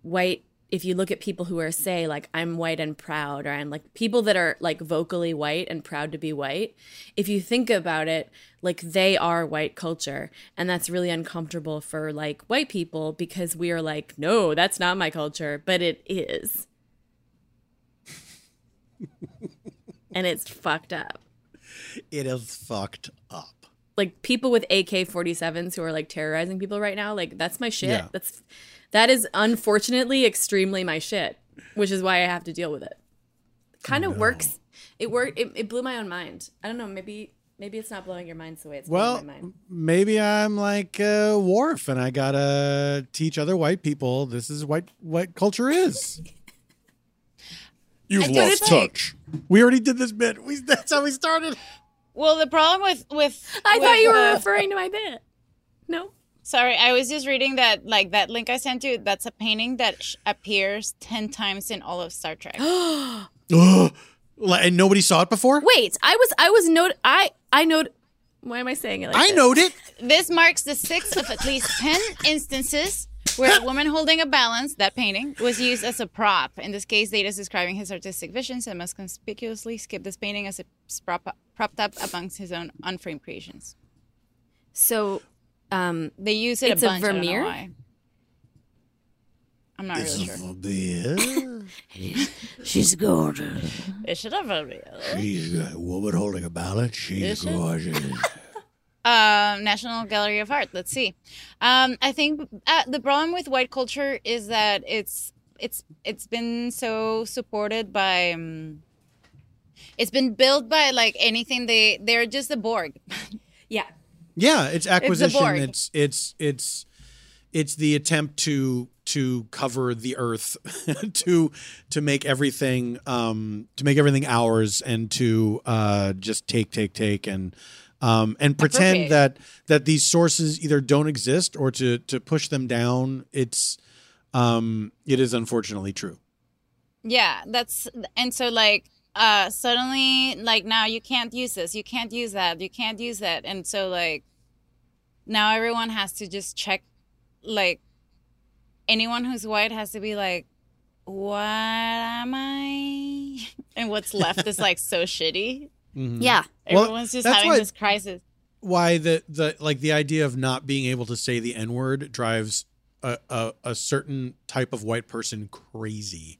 [SPEAKER 3] white if you look at people who are say like I'm white and proud or I'm like people that are like vocally white and proud to be white, if you think about it, like they are white culture and that's really uncomfortable for like white people because we are like no, that's not my culture, but it is. and it's fucked up
[SPEAKER 2] It is fucked up.
[SPEAKER 3] like people with AK-47s who are like terrorizing people right now, like that's my shit.
[SPEAKER 2] Yeah.
[SPEAKER 3] That's that is unfortunately extremely my shit, which is why I have to deal with it. Kind of works. It worked. It, it blew my own mind. I don't know. Maybe maybe it's not blowing your mind the way it's
[SPEAKER 2] Well,
[SPEAKER 3] blowing my mind.
[SPEAKER 2] maybe I'm like uh, Worf, and I gotta teach other white people this is what what culture is.
[SPEAKER 4] You've
[SPEAKER 1] But
[SPEAKER 4] lost
[SPEAKER 1] it's like-
[SPEAKER 4] touch.
[SPEAKER 2] we already did this bit. We, that's how we started.
[SPEAKER 1] Well, the problem with with
[SPEAKER 3] I
[SPEAKER 1] with,
[SPEAKER 3] thought you were
[SPEAKER 1] uh,
[SPEAKER 3] referring to my bit. No.
[SPEAKER 1] Sorry, I was just reading that like that link I sent you. That's a painting that sh- appears ten times in all of Star Trek.
[SPEAKER 2] Ugh. Like, and nobody saw it before.
[SPEAKER 3] Wait, I was I was note I I note. Why am I saying it? Like
[SPEAKER 2] I
[SPEAKER 3] this?
[SPEAKER 2] knowed it.
[SPEAKER 1] this marks the sixth of at least ten instances where a woman holding a balance, that painting, was used as a prop. In this case, Data is describing his artistic visions and must conspicuously skip this painting as it's prop- propped up amongst his own unframed creations.
[SPEAKER 3] So, um,
[SPEAKER 1] They use it
[SPEAKER 3] It's a
[SPEAKER 1] a bunch. I don't know
[SPEAKER 3] Vermeer?
[SPEAKER 1] why. I'm not really sure.
[SPEAKER 2] Yeah.
[SPEAKER 7] She's gorgeous.
[SPEAKER 1] It should have Vermeer.
[SPEAKER 2] She's a woman holding a balance. She's gorgeous.
[SPEAKER 1] um, National Gallery of Art. Let's see. Um, I think uh, the problem with white culture is that it's it's it's been so supported by. Um, it's been built by like anything they they're just the Borg.
[SPEAKER 3] yeah.
[SPEAKER 2] yeah, it's acquisition.
[SPEAKER 1] Borg.
[SPEAKER 2] It's it's it's it's the attempt to to cover the earth to to make everything um to make everything ours and to uh just take take take and um and
[SPEAKER 1] Appropriate.
[SPEAKER 2] pretend that that these sources either don't exist or to to push them down it's um it is unfortunately true
[SPEAKER 1] Yeah, that's and so like uh suddenly like now you can't use this, you can't use that, you can't use that. And so like now everyone has to just check like anyone who's white has to be like what am I? And what's left is like so shitty.
[SPEAKER 2] Mhm.
[SPEAKER 7] Yeah.
[SPEAKER 2] Well,
[SPEAKER 1] Everyone's just
[SPEAKER 2] that's
[SPEAKER 1] having
[SPEAKER 2] why-
[SPEAKER 1] this crisis.
[SPEAKER 2] why the the like the idea of not being able to say the n word drives a, a a certain type of white person crazy.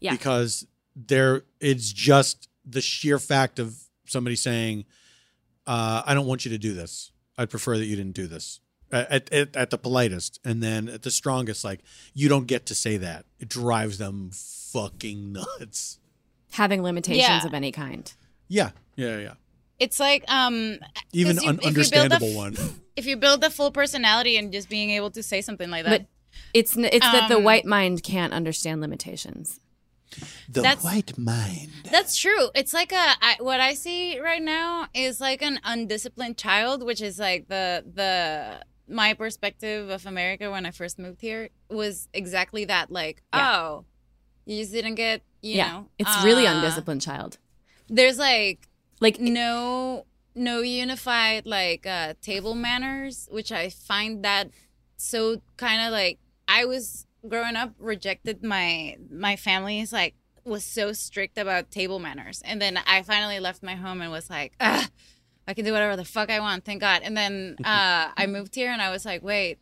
[SPEAKER 3] Yeah.
[SPEAKER 2] Because there it's just the sheer fact of somebody saying, uh, "I don't want you to do this. I'd prefer that you didn't do this." At, at at the politest, and then at the strongest, like you don't get to say that. It drives them fucking nuts.
[SPEAKER 3] having limitations
[SPEAKER 1] Yeah.
[SPEAKER 3] of any kind.
[SPEAKER 2] Yeah, yeah, yeah.
[SPEAKER 1] It's like um 'cause
[SPEAKER 2] Even
[SPEAKER 1] you-
[SPEAKER 2] an
[SPEAKER 1] if you build a
[SPEAKER 2] understandable
[SPEAKER 1] f-
[SPEAKER 2] one.
[SPEAKER 1] If you build the full personality and just being able to say something like
[SPEAKER 3] But
[SPEAKER 1] that.
[SPEAKER 3] it's n- it's that the
[SPEAKER 1] Um,
[SPEAKER 3] white mind can't understand limitations.
[SPEAKER 2] The
[SPEAKER 1] That's-
[SPEAKER 2] white mind.
[SPEAKER 1] That's true. It's like a I, what I see right now is like an undisciplined child, which is like the the my perspective of America when I first moved here was exactly that. Like,
[SPEAKER 3] Yeah.
[SPEAKER 1] oh, you just didn't get, you
[SPEAKER 3] yeah,
[SPEAKER 1] know,
[SPEAKER 3] it's really
[SPEAKER 1] uh,
[SPEAKER 3] undisciplined child.
[SPEAKER 1] There's like
[SPEAKER 3] Like
[SPEAKER 1] no no unified like uh table manners which i find that so kind of like i was growing up rejected my my family is like was so strict about table manners and then i finally left my home and was like Ugh, i can do whatever the fuck i want thank god and then uh i moved here and i was like wait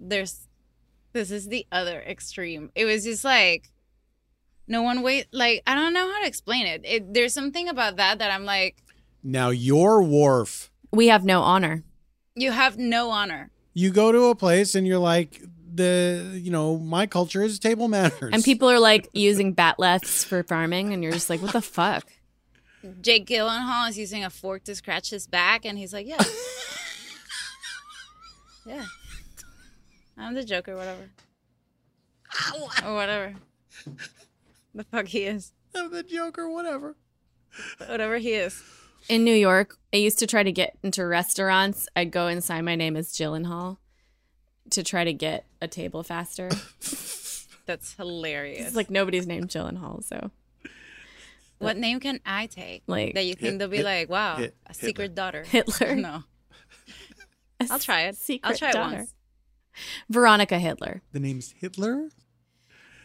[SPEAKER 1] there's this is the other extreme it was just like no one wait like i don't know how to explain it. it there's something about that that i'm like
[SPEAKER 2] Now your wharf.
[SPEAKER 3] we have no honor.
[SPEAKER 1] you have no honor
[SPEAKER 2] you go to a place and you're like the you know my culture is table manners
[SPEAKER 3] And people are like using bat lefts for farming, and you're just like, what the fuck?
[SPEAKER 1] jake gyllenhaal is using a fork to scratch his back and he's like yeah yeah i'm the joker whatever or whatever the fuck he is
[SPEAKER 2] of the joker whatever
[SPEAKER 1] whatever he is
[SPEAKER 3] In New York, I used to try to get into restaurants. I'd go and sign my name as Gyllenhaal to try to get a table faster.
[SPEAKER 1] that's hilarious
[SPEAKER 3] it's like nobody's named Gyllenhaal, so
[SPEAKER 1] what name can i take
[SPEAKER 3] like
[SPEAKER 1] that you think
[SPEAKER 2] Hit-
[SPEAKER 1] they'll be
[SPEAKER 2] hit-
[SPEAKER 1] like wow
[SPEAKER 2] hit-
[SPEAKER 1] a secret daughter
[SPEAKER 3] Hitler.
[SPEAKER 1] no i'll try it
[SPEAKER 3] Secret
[SPEAKER 1] i'll try it
[SPEAKER 3] daughter.
[SPEAKER 1] once
[SPEAKER 3] Veronica Hitler.
[SPEAKER 2] the name's hitler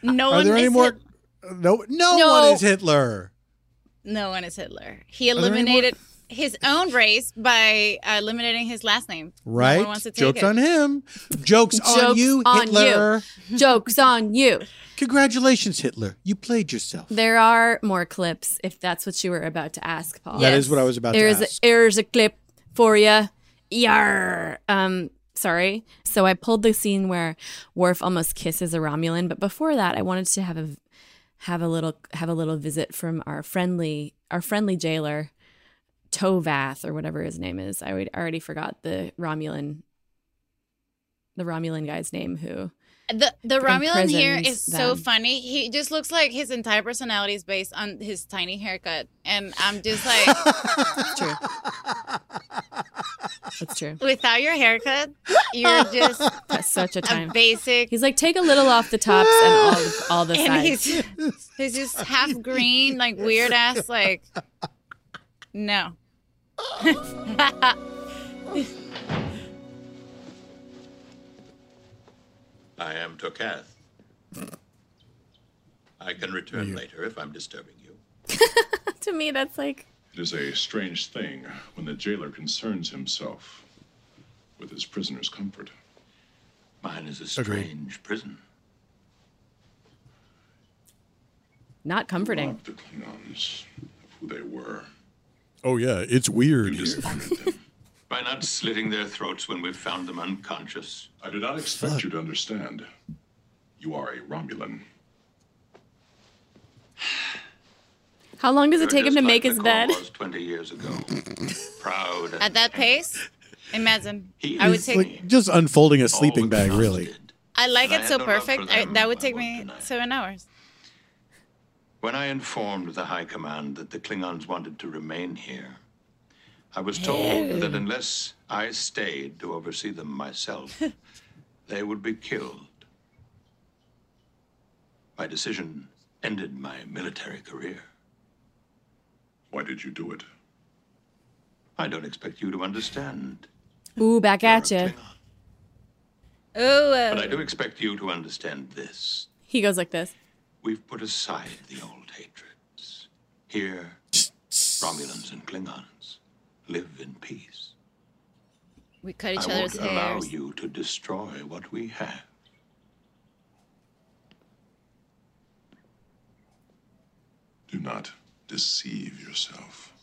[SPEAKER 1] no
[SPEAKER 2] are
[SPEAKER 1] one
[SPEAKER 2] there any
[SPEAKER 1] Oh, is
[SPEAKER 2] more
[SPEAKER 1] Hit-
[SPEAKER 2] no, no
[SPEAKER 1] No.
[SPEAKER 2] one is hitler
[SPEAKER 1] No one is Hitler. He
[SPEAKER 2] there any more-
[SPEAKER 1] eliminated his own race by uh, eliminating his last name.
[SPEAKER 2] right
[SPEAKER 1] No one wants to take
[SPEAKER 2] jokes
[SPEAKER 1] it.
[SPEAKER 2] on him jokes, on
[SPEAKER 3] Jokes
[SPEAKER 2] you
[SPEAKER 3] on you.
[SPEAKER 2] hitler
[SPEAKER 3] Jokes on you.
[SPEAKER 2] congratulations hitler you played yourself That is
[SPEAKER 3] There are more clips if that's what you were about to ask, Paul.
[SPEAKER 1] That is
[SPEAKER 2] what i was about
[SPEAKER 3] there's
[SPEAKER 2] to ask
[SPEAKER 3] A, there's a clip for you. Yar. Um, sorry. So I pulled the scene where Worf almost kisses a Romulan, but before that, I wanted to have a have a little have a little visit from our friendly our friendly jailer, Tovath or whatever his name is. I already- I already forgot the Romulan. The Romulan guy's name who
[SPEAKER 1] The the Romulan here
[SPEAKER 3] Imprisons
[SPEAKER 1] is so
[SPEAKER 3] them.
[SPEAKER 1] funny. He just looks like his entire personality is based on his tiny haircut, and I'm just like,
[SPEAKER 3] true. That's true.
[SPEAKER 1] without your haircut, you're just
[SPEAKER 3] That's such a
[SPEAKER 1] a
[SPEAKER 3] time.
[SPEAKER 1] basic.
[SPEAKER 3] He's like, take a little off the tops and all the, all the
[SPEAKER 1] and
[SPEAKER 3] sides.
[SPEAKER 1] he's he's just half green, like weird ass, like no.
[SPEAKER 8] I am Tokath. I can return later if I'm disturbing you.
[SPEAKER 3] to me, that's like
[SPEAKER 4] It is a strange thing when the jailer concerns himself with his prisoner's comfort.
[SPEAKER 8] Mine is a
[SPEAKER 2] Agreed.
[SPEAKER 8] strange prison.
[SPEAKER 3] not comforting.
[SPEAKER 4] Robbed the Klingons of who they were.
[SPEAKER 2] oh yeah it's weird
[SPEAKER 4] You dishonored them.
[SPEAKER 8] By not slitting their throats when we've found them unconscious.
[SPEAKER 4] I do not expect you to understand. You are a Romulan.
[SPEAKER 3] How long does it take
[SPEAKER 8] You're
[SPEAKER 3] him to
[SPEAKER 8] just
[SPEAKER 3] make
[SPEAKER 8] like
[SPEAKER 3] his
[SPEAKER 8] Nicole
[SPEAKER 3] bed?
[SPEAKER 8] was 20 years ago. Proud.
[SPEAKER 1] At that pace, imagine.
[SPEAKER 8] He
[SPEAKER 1] I would
[SPEAKER 8] is
[SPEAKER 1] take
[SPEAKER 2] like just unfolding a sleeping bag really
[SPEAKER 8] exhausted.
[SPEAKER 1] I like
[SPEAKER 8] And
[SPEAKER 1] it
[SPEAKER 8] I
[SPEAKER 1] so
[SPEAKER 8] had no love for
[SPEAKER 1] perfect. I,
[SPEAKER 8] them,
[SPEAKER 1] that would
[SPEAKER 8] I
[SPEAKER 1] take
[SPEAKER 8] won't
[SPEAKER 1] me
[SPEAKER 8] deny.
[SPEAKER 1] seven hours.
[SPEAKER 8] When I informed the High Command that the Klingons wanted to remain here, I was told that unless I stayed to oversee them myself, they would be killed. My decision ended my military career.
[SPEAKER 4] Why did you do it?
[SPEAKER 8] I don't expect you to understand.
[SPEAKER 3] Ooh, back at
[SPEAKER 8] You're a
[SPEAKER 3] you.
[SPEAKER 8] Klingon. But I
[SPEAKER 1] Oh,
[SPEAKER 8] do expect you to understand this.
[SPEAKER 3] He goes like this.
[SPEAKER 8] We've put aside the old hatreds. Here, Romulans and Klingons live in peace.
[SPEAKER 1] we cut each
[SPEAKER 8] I
[SPEAKER 1] other's
[SPEAKER 8] won't allow
[SPEAKER 1] hairs.
[SPEAKER 8] you to destroy what we have.
[SPEAKER 4] Do not deceive yourself.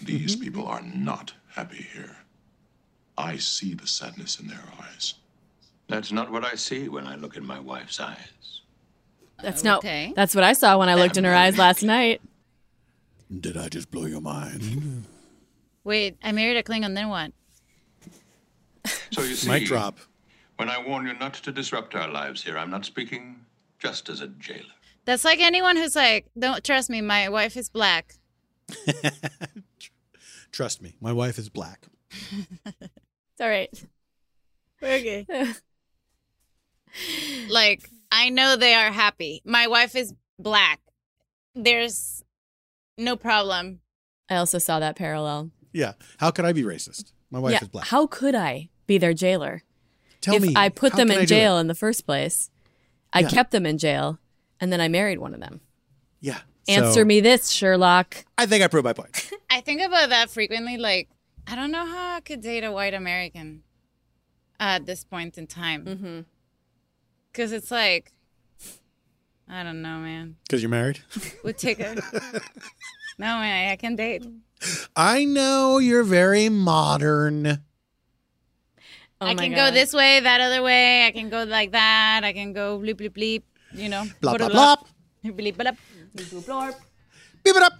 [SPEAKER 4] These
[SPEAKER 1] Mm-hmm.
[SPEAKER 4] people are not happy here. I see the sadness in their eyes.
[SPEAKER 8] That's not what I see when I look in my wife's eyes.
[SPEAKER 3] That's not.
[SPEAKER 1] Okay.
[SPEAKER 3] That's what I saw when I looked in her eyes last night.
[SPEAKER 2] Did I just blow your mind?
[SPEAKER 1] Wait, I married a Klingon, then what?
[SPEAKER 8] So you see,
[SPEAKER 2] Mic drop.
[SPEAKER 8] when I warn you not to disrupt our lives here, I'm not speaking just as a jailer.
[SPEAKER 1] That's like anyone who's like, don't trust me, my wife is black.
[SPEAKER 2] Trust me, my wife is black.
[SPEAKER 3] It's all right.
[SPEAKER 7] Okay.
[SPEAKER 1] Like, I know they are happy. My wife is black. There's no problem.
[SPEAKER 3] I also saw that parallel.
[SPEAKER 2] Yeah. How could I be racist? My wife
[SPEAKER 3] yeah.
[SPEAKER 2] is black.
[SPEAKER 3] How could I be their jailer?
[SPEAKER 2] Tell
[SPEAKER 3] if
[SPEAKER 2] me.
[SPEAKER 3] I put
[SPEAKER 2] how
[SPEAKER 3] them
[SPEAKER 2] can
[SPEAKER 3] in
[SPEAKER 2] I do that?
[SPEAKER 3] jail in the first place, I
[SPEAKER 2] Yeah.
[SPEAKER 3] kept them in jail, and then I married one of them.
[SPEAKER 2] Yeah.
[SPEAKER 3] Answer
[SPEAKER 2] So,
[SPEAKER 3] me this, Sherlock.
[SPEAKER 2] I think I proved my point.
[SPEAKER 1] I think about that frequently. Like, I don't know how I could date a white American at this point in time.
[SPEAKER 3] Mm-hmm.
[SPEAKER 1] Because it's like, I don't know, man.
[SPEAKER 2] Because you're married.
[SPEAKER 1] Would take a. no, man, I can date.
[SPEAKER 3] Oh
[SPEAKER 2] I know you're very modern.
[SPEAKER 3] Oh my
[SPEAKER 1] I can
[SPEAKER 3] God.
[SPEAKER 1] go this way, that other way. I can go like that. I can go bleep, bleep, bleep. You know,
[SPEAKER 2] Blah blah
[SPEAKER 1] blorp,
[SPEAKER 2] blah.
[SPEAKER 1] Bleep, blorp, bleep, blorp.
[SPEAKER 2] Beep it up.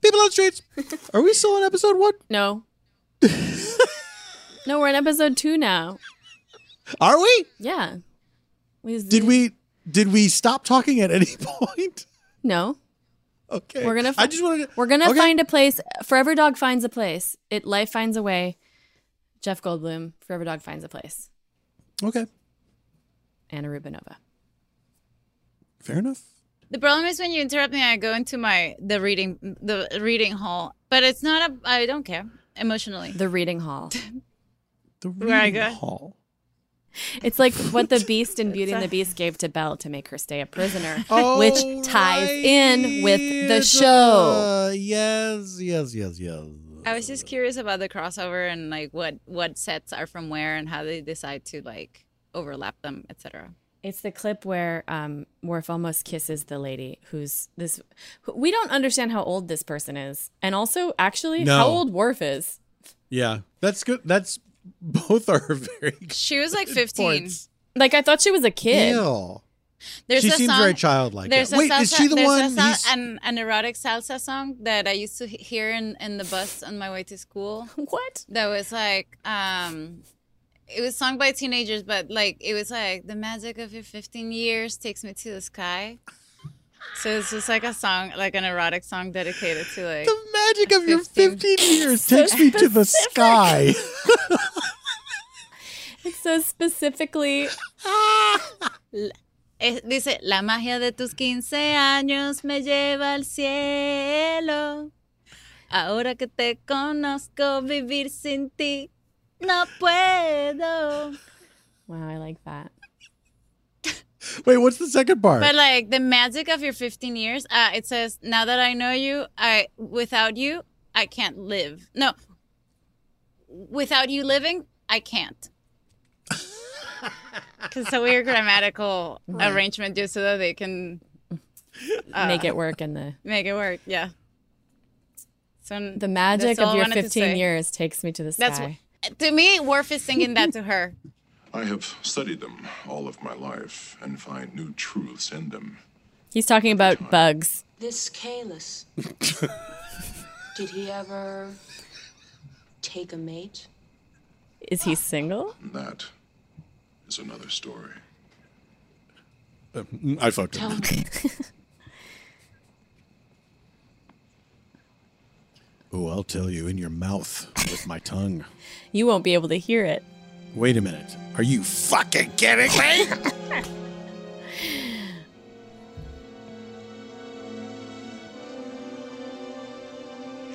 [SPEAKER 2] People on the streets. Are we still on episode one?
[SPEAKER 3] No. no, we're in episode two now.
[SPEAKER 2] Are we?
[SPEAKER 3] Yeah. We
[SPEAKER 2] Did we did we stop talking at any point?
[SPEAKER 3] No.
[SPEAKER 2] Okay.
[SPEAKER 3] We're gonna.
[SPEAKER 2] I
[SPEAKER 3] fi-
[SPEAKER 2] just wanted to
[SPEAKER 3] We're gonna
[SPEAKER 2] Okay.
[SPEAKER 3] find a place. Forever Dog finds a place. It life finds a way. Jeff Goldblum. Forever Dog finds a place.
[SPEAKER 2] Okay.
[SPEAKER 3] Anna Rubinova.
[SPEAKER 2] Fair enough.
[SPEAKER 1] The problem is when you interrupt me, I go into my the reading the reading hall. But it's not a. I don't care emotionally.
[SPEAKER 3] The Reading Hall.
[SPEAKER 2] The
[SPEAKER 1] Where I
[SPEAKER 2] reading
[SPEAKER 1] go?
[SPEAKER 2] hall.
[SPEAKER 3] It's like what the Beast in Beauty and the Beast gave to Belle to make her stay a prisoner, which ties in with the
[SPEAKER 2] Alright.
[SPEAKER 3] show.
[SPEAKER 2] Uh, yes, yes, yes, yes.
[SPEAKER 1] I was just curious about the crossover and like what what sets are from where and how they decide to like overlap them, etc.
[SPEAKER 3] It's the clip where um, Worf almost kisses the lady who's this. who- We don't understand how old this person is, and also actually
[SPEAKER 2] No.
[SPEAKER 3] how old Worf is.
[SPEAKER 2] Yeah, that's good. That's both are very good
[SPEAKER 1] She was like 15.
[SPEAKER 2] points.
[SPEAKER 3] Like I thought she was a kid.
[SPEAKER 2] Ew.
[SPEAKER 1] There's
[SPEAKER 2] she
[SPEAKER 1] a
[SPEAKER 2] seems
[SPEAKER 1] song,
[SPEAKER 2] very childlike.
[SPEAKER 1] There's
[SPEAKER 2] yeah.
[SPEAKER 1] a
[SPEAKER 2] Wait,
[SPEAKER 1] salsa,
[SPEAKER 2] is she the
[SPEAKER 1] there's
[SPEAKER 2] one?
[SPEAKER 1] A sal-
[SPEAKER 2] he's-
[SPEAKER 1] an, an erotic salsa song that I used to h- hear in, in the bus on my way to school.
[SPEAKER 3] What?
[SPEAKER 1] That was like, um, it was sung by teenagers, but like it was like the magic of your 15 years takes me to the sky. So it's just like a song, like an erotic song dedicated to like.
[SPEAKER 2] the magic of your
[SPEAKER 1] 15.
[SPEAKER 2] 15 years takes me to the sky.
[SPEAKER 3] So specifically,
[SPEAKER 1] Es- dice, la magia de tus 15 años me lleva al cielo. Ahora que te conozco, vivir sin ti no puedo.
[SPEAKER 3] wow, I like that.
[SPEAKER 2] Wait, what's the second part?
[SPEAKER 1] But like the magic of your 15 years, uh, it says, now that I know you, I without you, I can't live. No, without you living, I can't. Because it's a weird grammatical arrangement just so that they can
[SPEAKER 3] Make it work in the
[SPEAKER 1] Make it work, yeah. So n-
[SPEAKER 3] the
[SPEAKER 1] that's
[SPEAKER 3] magic
[SPEAKER 1] all I
[SPEAKER 3] of your
[SPEAKER 1] wanted to
[SPEAKER 3] 15
[SPEAKER 1] say.
[SPEAKER 3] years takes me to the sky.
[SPEAKER 1] That's wh- to me, Worf is singing that to her.
[SPEAKER 4] I have studied them all of my life and find new truths in them.
[SPEAKER 3] He's talking about bugs.
[SPEAKER 9] This Kalis. Did he ever take a mate?
[SPEAKER 3] Is he single?
[SPEAKER 4] That is another story.
[SPEAKER 2] Uh, I fucked
[SPEAKER 9] Tell
[SPEAKER 2] up.
[SPEAKER 9] me.
[SPEAKER 2] Oh, I'll tell you in your mouth with my tongue.
[SPEAKER 3] You won't be able to hear it.
[SPEAKER 2] Wait a minute. Are you fucking kidding me?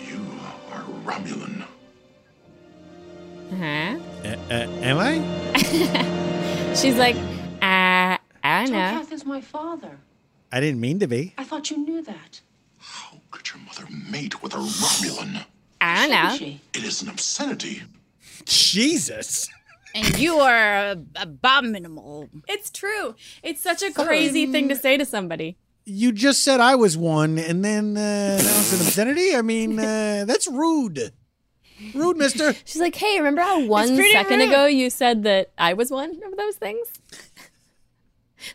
[SPEAKER 4] You are Romulan.
[SPEAKER 3] Huh?
[SPEAKER 2] A- a- am I?
[SPEAKER 3] Uh-huh. She's like, uh, I don't know.
[SPEAKER 9] Tolkath is my father.
[SPEAKER 2] I didn't mean to be.
[SPEAKER 9] I thought you knew that.
[SPEAKER 4] How could your mother mate with a Romulan?
[SPEAKER 3] I don't know.
[SPEAKER 9] She.
[SPEAKER 4] It is an obscenity.
[SPEAKER 2] Jesus.
[SPEAKER 1] And you are ab- abominable.
[SPEAKER 3] It's true. It's such a crazy thing to say to somebody.
[SPEAKER 2] You just said I was one and then uh, that was an obscenity? I mean, uh, that's rude. Rude, mister.
[SPEAKER 3] She's like, hey, remember how one
[SPEAKER 1] pretty
[SPEAKER 3] second
[SPEAKER 1] rude.
[SPEAKER 3] ago you said that I was one of those things?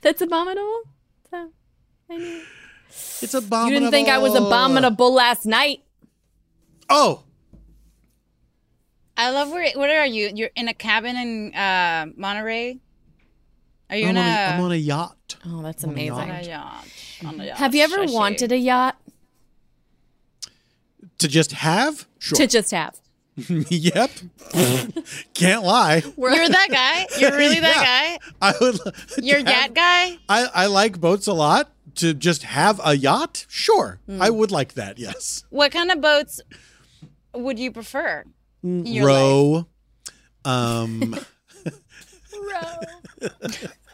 [SPEAKER 3] That's abominable. So, I knew.
[SPEAKER 2] It's abominable.
[SPEAKER 3] You didn't think I was abominable last night.
[SPEAKER 2] Oh,
[SPEAKER 1] I love where. What are you? You're in a cabin in uh, Monterey. Are you
[SPEAKER 2] I'm
[SPEAKER 1] in
[SPEAKER 2] on, a,
[SPEAKER 1] a?
[SPEAKER 2] I'm on a yacht.
[SPEAKER 3] Oh, that's
[SPEAKER 2] On a yacht.
[SPEAKER 3] amazing.
[SPEAKER 1] on a yacht. On a yacht.
[SPEAKER 3] Have you ever
[SPEAKER 1] I see.
[SPEAKER 3] wanted a yacht
[SPEAKER 2] To just have? Sure.
[SPEAKER 3] to just have?
[SPEAKER 2] yep. Can't lie.
[SPEAKER 1] You're that guy. You're really that
[SPEAKER 2] I would. l-
[SPEAKER 1] guy. You're
[SPEAKER 2] to
[SPEAKER 1] that
[SPEAKER 2] have-
[SPEAKER 1] guy.
[SPEAKER 2] I, I like boats a lot. To just have a yacht? Sure.
[SPEAKER 3] Hmm.
[SPEAKER 2] I would like that, yes.
[SPEAKER 1] What kind of boats would you prefer? in your life?
[SPEAKER 2] Row. Um,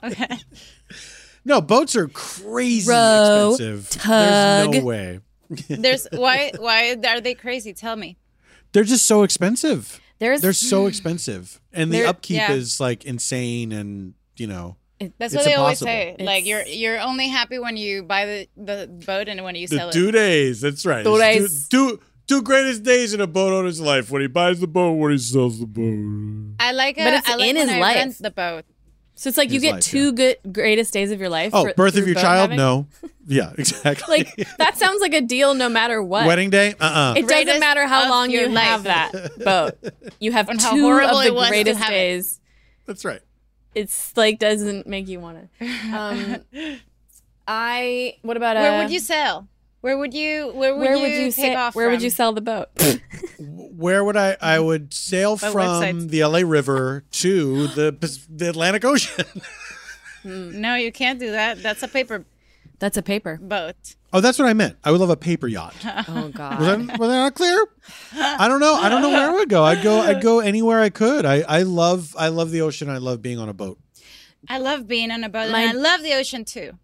[SPEAKER 1] Okay.
[SPEAKER 2] no, boats are crazy
[SPEAKER 3] Row,
[SPEAKER 2] expensive. There's
[SPEAKER 3] tug.
[SPEAKER 2] no way.
[SPEAKER 1] There's why why are they crazy? Tell me.
[SPEAKER 2] They're just so expensive.
[SPEAKER 3] There's,
[SPEAKER 2] They're so expensive. And the
[SPEAKER 3] They're-
[SPEAKER 2] upkeep
[SPEAKER 1] yeah.
[SPEAKER 2] is like insane and, you know, It's
[SPEAKER 1] That's what they always say.
[SPEAKER 2] impossible.
[SPEAKER 1] Like you're
[SPEAKER 3] It's-
[SPEAKER 1] you're only happy when you buy the, the boat and when you sell it.
[SPEAKER 2] days. That's right.
[SPEAKER 3] Two It's days.
[SPEAKER 2] Two, two greatest days in a boat owner's life when he buys the boat, when he sells the boat.
[SPEAKER 1] I like a,
[SPEAKER 3] But it's
[SPEAKER 1] I like
[SPEAKER 3] in
[SPEAKER 1] when
[SPEAKER 3] his
[SPEAKER 1] I
[SPEAKER 3] life.
[SPEAKER 1] rent the boat.
[SPEAKER 3] so it's like you
[SPEAKER 2] His
[SPEAKER 3] get
[SPEAKER 2] life,
[SPEAKER 3] two good greatest days of your life.
[SPEAKER 2] Oh,
[SPEAKER 3] for-
[SPEAKER 2] birth of
[SPEAKER 3] through
[SPEAKER 2] your
[SPEAKER 3] boat
[SPEAKER 2] child?
[SPEAKER 3] having?
[SPEAKER 2] No. Yeah, exactly.
[SPEAKER 3] Like that sounds like a deal no matter what.
[SPEAKER 2] Wedding day? Uh uh
[SPEAKER 3] It
[SPEAKER 1] Greatest
[SPEAKER 3] doesn't matter how
[SPEAKER 1] of
[SPEAKER 3] long
[SPEAKER 1] your
[SPEAKER 3] you
[SPEAKER 1] life.
[SPEAKER 3] have that boat. You have
[SPEAKER 1] And how
[SPEAKER 3] two
[SPEAKER 1] horrible
[SPEAKER 3] of
[SPEAKER 1] it was
[SPEAKER 3] the
[SPEAKER 1] to
[SPEAKER 3] greatest
[SPEAKER 1] have it.
[SPEAKER 3] days.
[SPEAKER 2] That's right.
[SPEAKER 3] It's like doesn't make you want to. Um, I. What about?
[SPEAKER 1] Where
[SPEAKER 3] uh,
[SPEAKER 1] would you sell? Where would you where would
[SPEAKER 3] Where
[SPEAKER 1] you
[SPEAKER 3] would you
[SPEAKER 1] take
[SPEAKER 3] sa-
[SPEAKER 1] off?
[SPEAKER 3] Where would
[SPEAKER 1] from?
[SPEAKER 3] you sell the boat?
[SPEAKER 2] Where would I? I would sail
[SPEAKER 1] By
[SPEAKER 2] from
[SPEAKER 1] websites.
[SPEAKER 2] the LA River to the Pas- the Atlantic Ocean.
[SPEAKER 1] No, you can't do that. That's a paper
[SPEAKER 3] That's a paper.
[SPEAKER 1] boat.
[SPEAKER 2] oh, that's what I meant. I would love a paper yacht.
[SPEAKER 3] Oh
[SPEAKER 2] Was
[SPEAKER 3] God.
[SPEAKER 2] that, was that not clear? I don't know. I don't know where I would go. I'd go. I'd go anywhere I could. I, I love. I love the ocean. I love being on a boat.
[SPEAKER 1] I love being on a boat
[SPEAKER 3] My-
[SPEAKER 1] and I love the ocean too.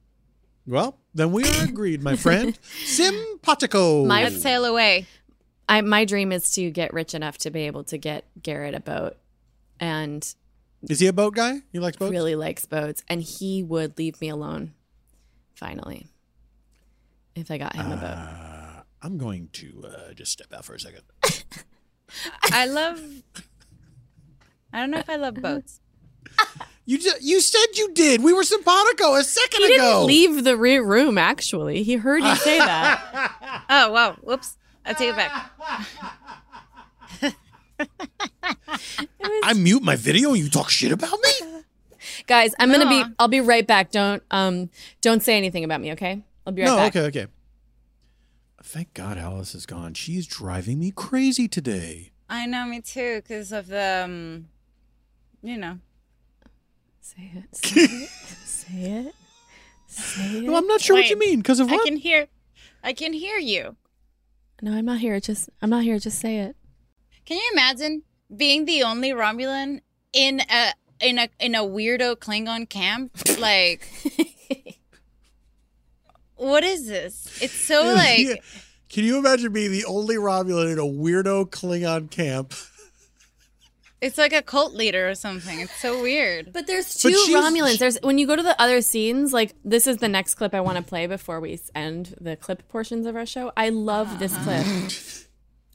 [SPEAKER 2] Well, then we are agreed, my friend. Simpatico.
[SPEAKER 3] My-
[SPEAKER 1] Let's sail away.
[SPEAKER 3] I, my dream is to get rich enough to be able to get Garrett a boat, and
[SPEAKER 2] Is he a boat guy? He likes boats.
[SPEAKER 3] really likes boats, and he would leave me alone. Finally, if I got him a boat.
[SPEAKER 2] Ah. I'm going to uh, just step out for a second.
[SPEAKER 1] I love I don't know if I love boats.
[SPEAKER 2] You just, you said you did. We were simpatico a second
[SPEAKER 3] He
[SPEAKER 2] ago.
[SPEAKER 3] didn't leave the rear room, actually. He heard you say that.
[SPEAKER 1] Oh wow. Whoops. I take it back.
[SPEAKER 2] I mute my video. You talk shit about me.
[SPEAKER 3] Guys, I'm gonna
[SPEAKER 1] Aw.
[SPEAKER 3] be I'll be right back. Don't um don't say anything about me, okay? I'll be right
[SPEAKER 2] no,
[SPEAKER 3] back.
[SPEAKER 2] okay, okay. Thank God Alice is gone. She's driving me crazy today.
[SPEAKER 1] I know me too, because of the um, you know.
[SPEAKER 3] Say it. Say it. Say it. Say it.
[SPEAKER 2] No, I'm not sure what you
[SPEAKER 1] Wait.
[SPEAKER 2] mean because of
[SPEAKER 1] I
[SPEAKER 2] what?
[SPEAKER 1] can hear I can hear you.
[SPEAKER 3] No, I'm not here. Just I'm not here. Just say it.
[SPEAKER 1] Can you imagine being the only Romulan in a in a in a weirdo Klingon camp? Like what is this? It's so like
[SPEAKER 2] Yeah. Can you imagine being the only Romulan in a weirdo Klingon camp?
[SPEAKER 1] it's like a cult leader or something. It's so weird.
[SPEAKER 3] But there's two
[SPEAKER 2] But she's-
[SPEAKER 3] Romulans. There's when you go to the other scenes, like this is the next clip I want to play before we end the clip portions of our show. I love this clip.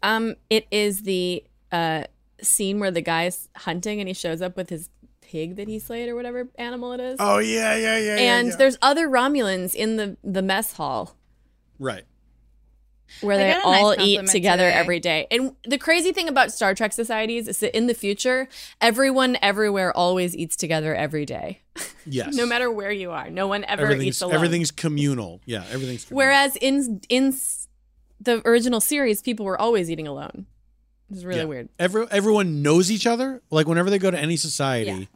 [SPEAKER 3] Um, it is the uh scene where the guy's hunting and he shows up with his pig that he slayed or whatever animal it is.
[SPEAKER 2] Oh yeah, yeah, yeah.
[SPEAKER 3] and there's other Romulans in the the mess hall.
[SPEAKER 2] right.
[SPEAKER 3] where
[SPEAKER 1] I
[SPEAKER 3] they
[SPEAKER 1] got a nice
[SPEAKER 3] all eat
[SPEAKER 1] compliment
[SPEAKER 3] together
[SPEAKER 1] today.
[SPEAKER 3] every day. And the crazy thing about Star Trek societies is that in the future, everyone everywhere always eats together every day.
[SPEAKER 2] Yes.
[SPEAKER 3] no matter where you are, no one ever eats
[SPEAKER 2] everything's
[SPEAKER 3] alone.
[SPEAKER 2] everything's communal. Yeah, everything's communal.
[SPEAKER 3] Whereas in in s- the original series, people were always eating alone. It's really
[SPEAKER 2] Yeah.
[SPEAKER 3] weird.
[SPEAKER 2] Every, everyone knows each other. Like whenever they go to any society,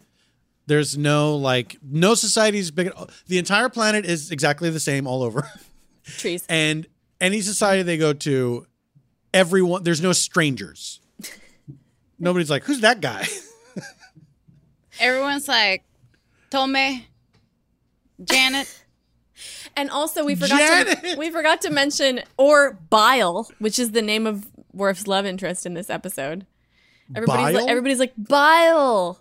[SPEAKER 2] there's no like no society is big. The entire planet is exactly the same all over.
[SPEAKER 3] Trees.
[SPEAKER 2] And any society they go to, everyone there's no strangers. Nobody's like, who's that guy?
[SPEAKER 1] Everyone's like, Tome, Janet.
[SPEAKER 3] And also, we forgot to, we forgot to mention or bile, which is the name of Worf's love interest in this episode. Everybody's
[SPEAKER 2] Bile?
[SPEAKER 3] like, everybody's like bile.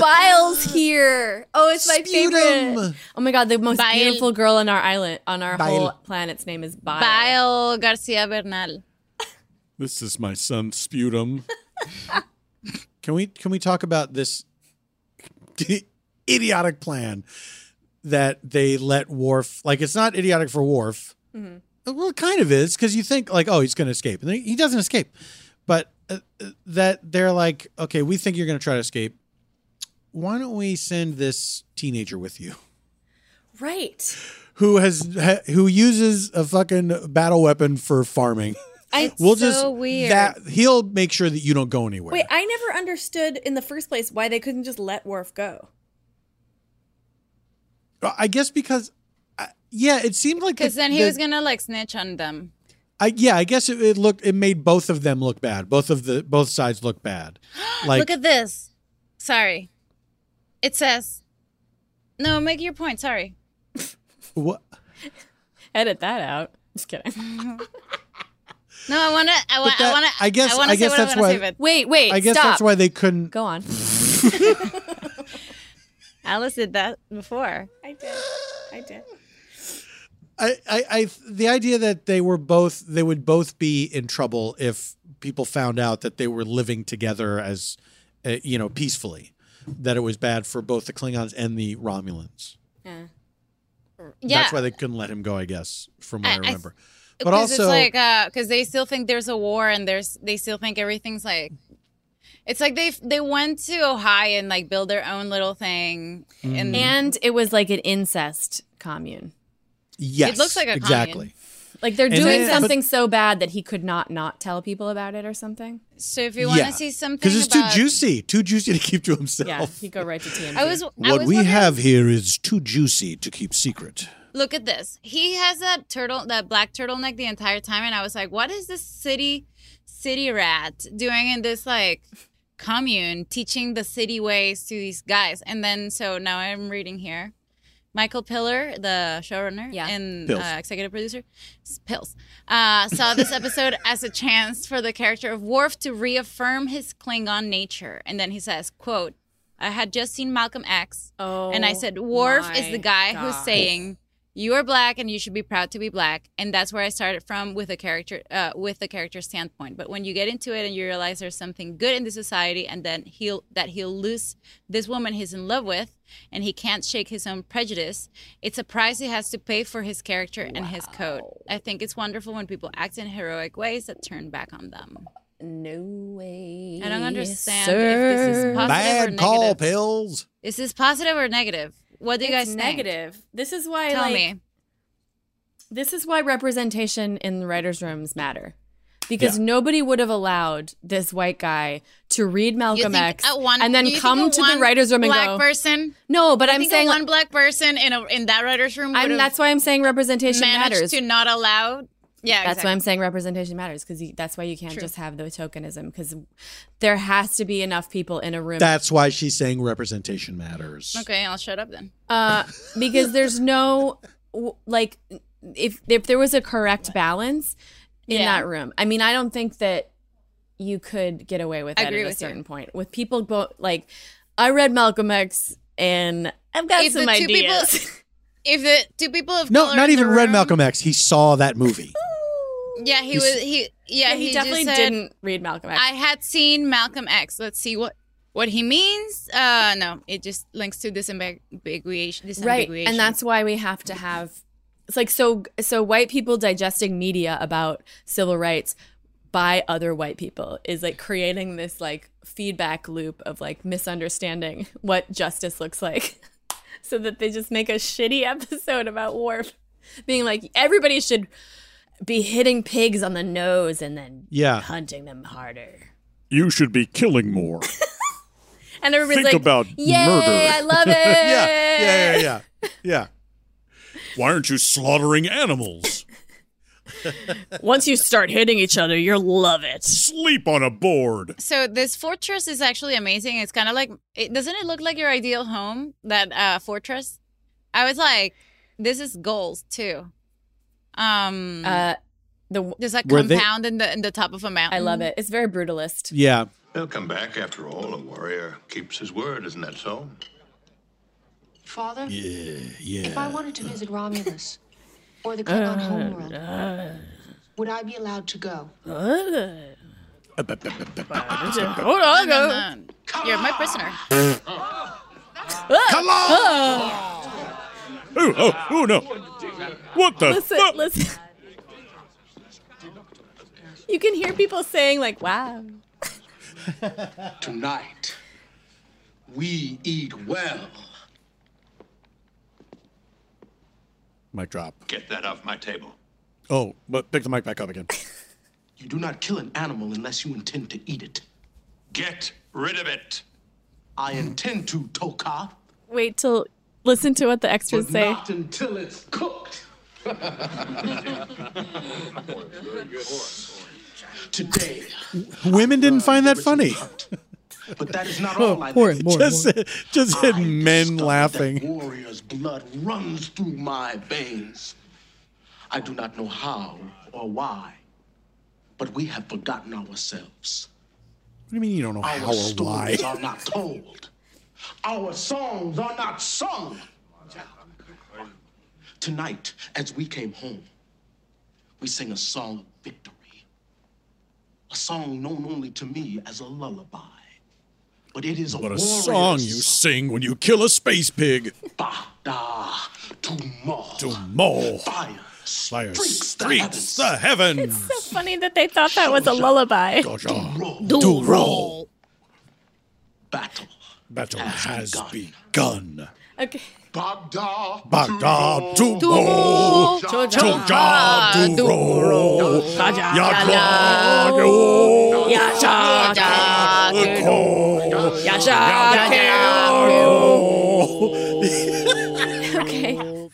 [SPEAKER 3] Bile's here. Oh, it's my favorite.
[SPEAKER 2] Sputum.
[SPEAKER 3] Oh my god, the most
[SPEAKER 1] Bile.
[SPEAKER 3] beautiful girl on our island, on our
[SPEAKER 2] Bile.
[SPEAKER 3] whole planet's name is Bile.
[SPEAKER 1] Bile Garcia Bernal.
[SPEAKER 2] This is my son sputum. can we can we talk about this idiotic plan that they let Worf like it's not idiotic for Worf.
[SPEAKER 3] Mhm.
[SPEAKER 2] Well, it kind of is because you think like, oh, he's going to escape, and then he doesn't escape. But uh, uh, that they're like, okay, we think you're going to try to escape. Why don't we send this teenager with you,
[SPEAKER 3] Right.
[SPEAKER 2] who has ha, who uses a fucking battle weapon for farming?
[SPEAKER 3] I
[SPEAKER 2] We'll
[SPEAKER 1] so
[SPEAKER 2] just
[SPEAKER 1] weird.
[SPEAKER 2] that he'll make sure that you don't go anywhere.
[SPEAKER 3] wait. I never understood in the first place why they couldn't just let Worf go.
[SPEAKER 2] Uh, I guess because, I, yeah, it seemed like
[SPEAKER 1] Because
[SPEAKER 2] the-
[SPEAKER 1] then he
[SPEAKER 2] the-
[SPEAKER 1] was gonna like snitch on them.
[SPEAKER 2] I, yeah, I guess it, it looked it made both of them look bad. Both of the both sides look bad. Like
[SPEAKER 1] Look at this. Sorry. It says. No, make your point. Sorry.
[SPEAKER 2] what?
[SPEAKER 3] Edit that out. Just kidding.
[SPEAKER 1] No, I wanna. I
[SPEAKER 2] But
[SPEAKER 1] want. I
[SPEAKER 2] that-
[SPEAKER 1] wanna.
[SPEAKER 2] I guess-
[SPEAKER 1] I wanna
[SPEAKER 2] I guess
[SPEAKER 1] say what
[SPEAKER 2] that's
[SPEAKER 1] I wanna
[SPEAKER 2] why-
[SPEAKER 1] say, but
[SPEAKER 3] Wait, wait.
[SPEAKER 2] I guess
[SPEAKER 3] stop.
[SPEAKER 2] that's why they couldn't.
[SPEAKER 3] Go on.
[SPEAKER 1] Alice did that before.
[SPEAKER 9] I did. I did.
[SPEAKER 2] I, I, I the idea that they were both they would both be in trouble if people found out that they were living together as uh, you know peacefully that it was bad for both the Klingons and the Romulans.
[SPEAKER 1] Yeah.
[SPEAKER 2] That's why they couldn't let him go, I guess, from what
[SPEAKER 1] I-
[SPEAKER 2] I,
[SPEAKER 1] I th-
[SPEAKER 2] remember. but
[SPEAKER 1] 'Cause
[SPEAKER 2] also
[SPEAKER 1] it's like because they still think there's a war and there's they still think everything's like it's like they they went to ohio and like build their own little thing
[SPEAKER 2] Mm.
[SPEAKER 1] and,
[SPEAKER 3] And it was like an incest commune.
[SPEAKER 2] yes,
[SPEAKER 1] looks like a commune.
[SPEAKER 2] exactly.
[SPEAKER 3] Like they're
[SPEAKER 2] And
[SPEAKER 3] doing
[SPEAKER 2] then-
[SPEAKER 3] something so bad that he could not not tell people about it or something.
[SPEAKER 1] so if you want to
[SPEAKER 2] Yeah.
[SPEAKER 1] see something
[SPEAKER 2] Because it's
[SPEAKER 1] about,
[SPEAKER 2] too juicy, too juicy to keep to himself.
[SPEAKER 3] Yeah, he'd go right to TMZ.
[SPEAKER 1] i was I
[SPEAKER 2] What
[SPEAKER 1] was
[SPEAKER 2] we
[SPEAKER 1] wondering-
[SPEAKER 2] have here is too juicy to keep secret.
[SPEAKER 1] look at this he has that turtle that black turtleneck the entire time and i was like what is this city city rat doing in this like commune teaching the city ways to these guys and then so now i'm reading here michael pillar the showrunner
[SPEAKER 3] Yeah.
[SPEAKER 1] and
[SPEAKER 2] Pills.
[SPEAKER 1] uh, executive producer s- pills uh, saw this episode as a chance for the character of Worf to reaffirm his klingon nature and then he says quote i had just seen malcolm x
[SPEAKER 3] oh,
[SPEAKER 1] and I said, Worf is the
[SPEAKER 3] my
[SPEAKER 1] guy who's
[SPEAKER 3] God.
[SPEAKER 1] saying you are black and you should be proud to be black, and that's where I started from with a character, uh, with the character standpoint. But when you get into it and you realize there's something good in the society, and then he'll that he'll lose this woman he's in love with, and he can't shake his own prejudice. It's a price he has to pay for his character and his code. I think it's wonderful when people act in heroic ways that turn back on them.
[SPEAKER 3] "No way."
[SPEAKER 1] I don't understand if this is positive or
[SPEAKER 2] Bad
[SPEAKER 1] negative.
[SPEAKER 2] call, pills.
[SPEAKER 1] Is this positive or negative? What do you guys
[SPEAKER 3] It's
[SPEAKER 1] think?
[SPEAKER 3] negative. This is why
[SPEAKER 1] Tell
[SPEAKER 3] like
[SPEAKER 1] me.
[SPEAKER 3] this is why representation in the writers' rooms matter. Because nobody would have allowed this white guy to read
[SPEAKER 1] You
[SPEAKER 3] Malcolm
[SPEAKER 1] think
[SPEAKER 3] X
[SPEAKER 1] a one-
[SPEAKER 3] and then
[SPEAKER 1] you think
[SPEAKER 3] come
[SPEAKER 1] a
[SPEAKER 3] to the
[SPEAKER 1] one
[SPEAKER 3] writers' room and
[SPEAKER 1] black
[SPEAKER 3] go,
[SPEAKER 1] person.
[SPEAKER 3] "No, but
[SPEAKER 1] I
[SPEAKER 3] I'm
[SPEAKER 1] think a
[SPEAKER 3] saying
[SPEAKER 1] one black person in a, in that writers room.
[SPEAKER 3] I'm,
[SPEAKER 1] would
[SPEAKER 3] that's why I'm saying representation
[SPEAKER 1] managed
[SPEAKER 3] matters.
[SPEAKER 1] to not allow. Yeah,
[SPEAKER 3] That's why
[SPEAKER 1] exactly.
[SPEAKER 3] I'm saying representation matters because that's why you can't
[SPEAKER 1] True.
[SPEAKER 3] just have the tokenism because there has to be enough people in a room
[SPEAKER 2] That's why she's saying representation matters.
[SPEAKER 1] Okay, I'll shut up then.
[SPEAKER 3] uh, because there's no w- like if if there was a correct balance in
[SPEAKER 1] Yeah.
[SPEAKER 3] that room. I mean, I don't think that you could get away with
[SPEAKER 1] I
[SPEAKER 3] that
[SPEAKER 1] agree
[SPEAKER 3] at a
[SPEAKER 1] with you.
[SPEAKER 3] certain point with people bo- like I read Malcolm X and I've got
[SPEAKER 1] If the
[SPEAKER 3] some
[SPEAKER 1] two people-
[SPEAKER 3] ideas.
[SPEAKER 1] If the two people of
[SPEAKER 2] No,
[SPEAKER 1] color
[SPEAKER 2] not
[SPEAKER 1] in
[SPEAKER 2] even
[SPEAKER 1] the
[SPEAKER 2] read
[SPEAKER 1] room-
[SPEAKER 2] Malcolm X. He saw that movie.
[SPEAKER 1] Yeah, he
[SPEAKER 2] He's-
[SPEAKER 1] was. He yeah,
[SPEAKER 3] yeah, he,
[SPEAKER 1] just
[SPEAKER 3] definitely
[SPEAKER 1] said,
[SPEAKER 3] didn't read Malcolm X.
[SPEAKER 1] I had seen Malcolm X. Let's see what what he means. Uh, no, it just links to disambiguation. disambiguation.
[SPEAKER 3] right and that's why we have to have it's like so so white people digesting media about civil rights by other white people is like creating this like feedback loop of like misunderstanding what justice looks like so that they just make a shitty episode about warp being like everybody should be hitting pigs on the nose and then
[SPEAKER 10] Yeah.
[SPEAKER 3] hunting them harder
[SPEAKER 10] You should be killing more.
[SPEAKER 3] and everybody's
[SPEAKER 10] Think
[SPEAKER 3] like
[SPEAKER 10] about
[SPEAKER 3] yay
[SPEAKER 10] murder."
[SPEAKER 3] i love it
[SPEAKER 10] Yeah,
[SPEAKER 2] yeah, yeah, yeah. Yeah.
[SPEAKER 10] Why aren't you slaughtering animals?
[SPEAKER 3] once you start hitting each other you'll love it
[SPEAKER 10] Sleep on a board.
[SPEAKER 1] So this fortress is actually amazing. It's kind of like it, doesn't it look like your ideal home? That uh, fortress. I was like, this is goals too. Um,
[SPEAKER 3] uh, the
[SPEAKER 1] there's a
[SPEAKER 2] Were they-
[SPEAKER 1] compound in the in the top of a mountain.
[SPEAKER 3] i love it it's very brutalist
[SPEAKER 2] Yeah.
[SPEAKER 8] They'll come back after all. A warrior keeps his word, isn't that so?
[SPEAKER 9] Father,
[SPEAKER 8] Yeah,
[SPEAKER 9] if I wanted to visit Romulus or the Klingon homeworld, would I be allowed to go?
[SPEAKER 3] Hold on,
[SPEAKER 1] No, no, no. You're my prisoner.
[SPEAKER 10] Come Oh, oh, oh no. What the
[SPEAKER 3] listen,
[SPEAKER 10] fuck?
[SPEAKER 3] listen. You can hear people saying like, "Wow."
[SPEAKER 11] Tonight, we eat well.
[SPEAKER 2] Mic drop.
[SPEAKER 8] Get that off my table.
[SPEAKER 2] Oh, but pick the mic back up again.
[SPEAKER 11] You do not kill an animal unless you intend to eat it.
[SPEAKER 8] Get rid of it.
[SPEAKER 11] I
[SPEAKER 9] Hmm.
[SPEAKER 11] intend to, Toka,
[SPEAKER 3] Wait till listen to what the extras
[SPEAKER 11] but
[SPEAKER 3] say.
[SPEAKER 11] not until it's cooked. Today,
[SPEAKER 2] Women didn't find that funny. Oh,
[SPEAKER 11] but that is not all I
[SPEAKER 2] Just just just hit men
[SPEAKER 11] that
[SPEAKER 2] laughing.
[SPEAKER 11] warrior's blood runs through my veins. I do not know how or why, but we have forgotten ourselves.
[SPEAKER 2] What do you mean you don't know
[SPEAKER 11] Our
[SPEAKER 2] how or why?
[SPEAKER 11] stories are not told. Our songs are not sung. Tonight, as we came home, we sing a song of victory. A song known only to me as a lullaby. But it is a,
[SPEAKER 10] What a
[SPEAKER 11] warrior's
[SPEAKER 10] song you sing when you kill a space pig.
[SPEAKER 11] Bada
[SPEAKER 10] To maul.
[SPEAKER 11] Fire.
[SPEAKER 10] Fire
[SPEAKER 11] streaks the
[SPEAKER 10] streaks the heavens.
[SPEAKER 3] It's so funny that they thought that was a lullaby.
[SPEAKER 10] Do roll.
[SPEAKER 11] Battle.
[SPEAKER 10] Battle has begun.
[SPEAKER 3] Okay.
[SPEAKER 11] Bada
[SPEAKER 10] Bagda to roll.
[SPEAKER 1] Oh,
[SPEAKER 10] Choja to roll. Yadra yo. Yadra
[SPEAKER 3] Okay.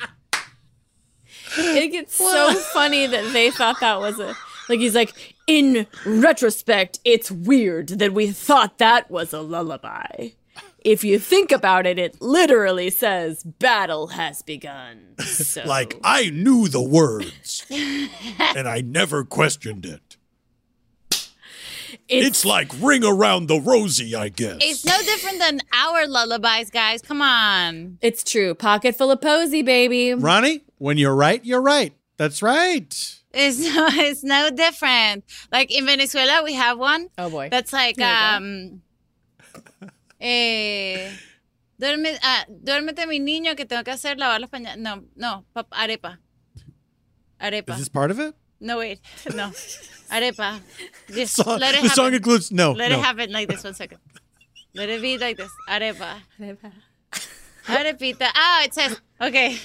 [SPEAKER 3] It gets so funny that they thought that was a like he's like in retrospect it's weird that we thought that was a lullaby. If you think about it it literally says battle has begun. So
[SPEAKER 10] Like I knew the words, and I never questioned it. It's, like ring around the rosy, I guess.
[SPEAKER 1] It's no different than our lullabies, guys. Come on.
[SPEAKER 3] It's true. Pocket full of posy, baby.
[SPEAKER 2] Ronnie, when you're right, you're right. That's right.
[SPEAKER 1] It's no, it's no different. Like in Venezuela, we have one.
[SPEAKER 3] Oh boy.
[SPEAKER 1] That's like
[SPEAKER 3] Here we go.
[SPEAKER 1] um, eh, duerme, ah, duérmete mi niño que tengo que hacer lavar los pañales. No, no, pap- arepa, arepa.
[SPEAKER 2] Is this part of it?
[SPEAKER 1] no wait, no, arepa. Just
[SPEAKER 2] So-
[SPEAKER 1] let it
[SPEAKER 2] the song
[SPEAKER 1] happen.
[SPEAKER 2] includes no.
[SPEAKER 1] Let
[SPEAKER 2] no.
[SPEAKER 1] it happen like this. One second. Let it be like this. Arepa. Arepita. Ah, it says. Okay.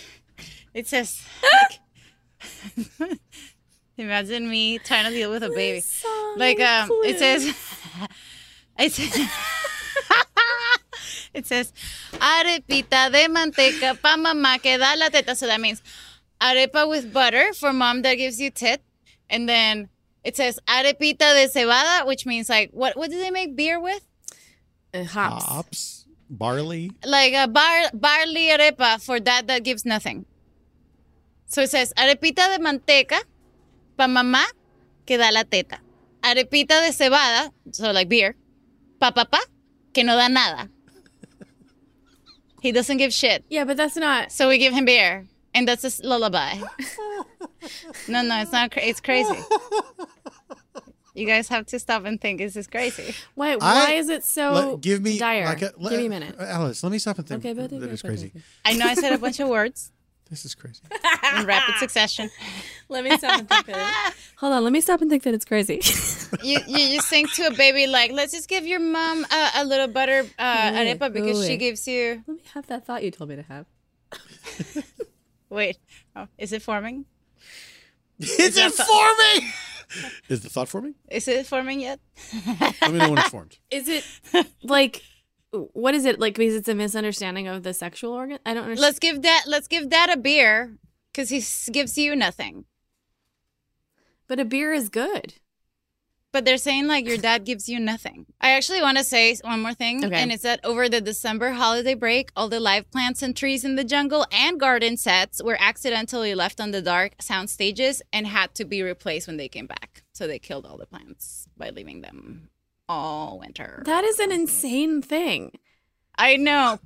[SPEAKER 1] It says. Imagine me trying to deal with a baby. Like um, it says. It says. it says arepita de manteca pa mamá que da la teta. So that means arepa with butter for mom that gives you tit, and then it says arepita de cebada, which means like what? What do they make beer with?
[SPEAKER 3] Uh, hops.
[SPEAKER 2] Hops, barley.
[SPEAKER 1] like a bar barley arepa for that that gives nothing. So it says arepita de manteca pa mamá que da la teta. Arepita de cebada, so like beer, pa papá que no da nada. He doesn't give shit.
[SPEAKER 3] Yeah, but that's not
[SPEAKER 1] So we give him beer and that's his lullaby. no, no, it's not cra- it's crazy. You guys have to stop and think this is crazy.
[SPEAKER 3] why why
[SPEAKER 2] I-
[SPEAKER 3] is it so
[SPEAKER 2] Let- give me
[SPEAKER 3] dire?
[SPEAKER 2] like uh, a,
[SPEAKER 3] Oh, give me a minute.
[SPEAKER 2] Alice. Let me stop and think.
[SPEAKER 3] Okay, but-
[SPEAKER 2] that is crazy.
[SPEAKER 1] I know I said a bunch of words.
[SPEAKER 2] This is crazy.
[SPEAKER 1] in rapid succession.
[SPEAKER 3] Let me stop and think that. Hold on, let me stop and think that it's crazy.
[SPEAKER 1] You you just think to a baby like, let's just give your mom a, a little butter uh, arepa because she
[SPEAKER 3] Ooh.
[SPEAKER 1] gives you.
[SPEAKER 3] Let me have that thought you told me to have.
[SPEAKER 1] Wait, oh, is it forming?
[SPEAKER 2] Is
[SPEAKER 1] it forming?
[SPEAKER 2] Is the thought forming?
[SPEAKER 1] Is it forming yet?
[SPEAKER 2] Let me know when it's formed.
[SPEAKER 3] Is it like what is it like? Because it's a misunderstanding of the sexual organ. I don't understand.
[SPEAKER 1] Let's give that. Let's give that a beer because he s- gives you nothing.
[SPEAKER 3] But a beer is good.
[SPEAKER 1] But they're saying like your dad gives you nothing. I actually want to say one more thing,
[SPEAKER 3] Okay.
[SPEAKER 1] and it's that over the December holiday break, all the live plants and trees in the jungle and garden sets were accidentally left on the dark sound stages and had to be replaced when they came back. So they killed all the plants by leaving them all winter.
[SPEAKER 3] That is an insane thing.
[SPEAKER 1] I know.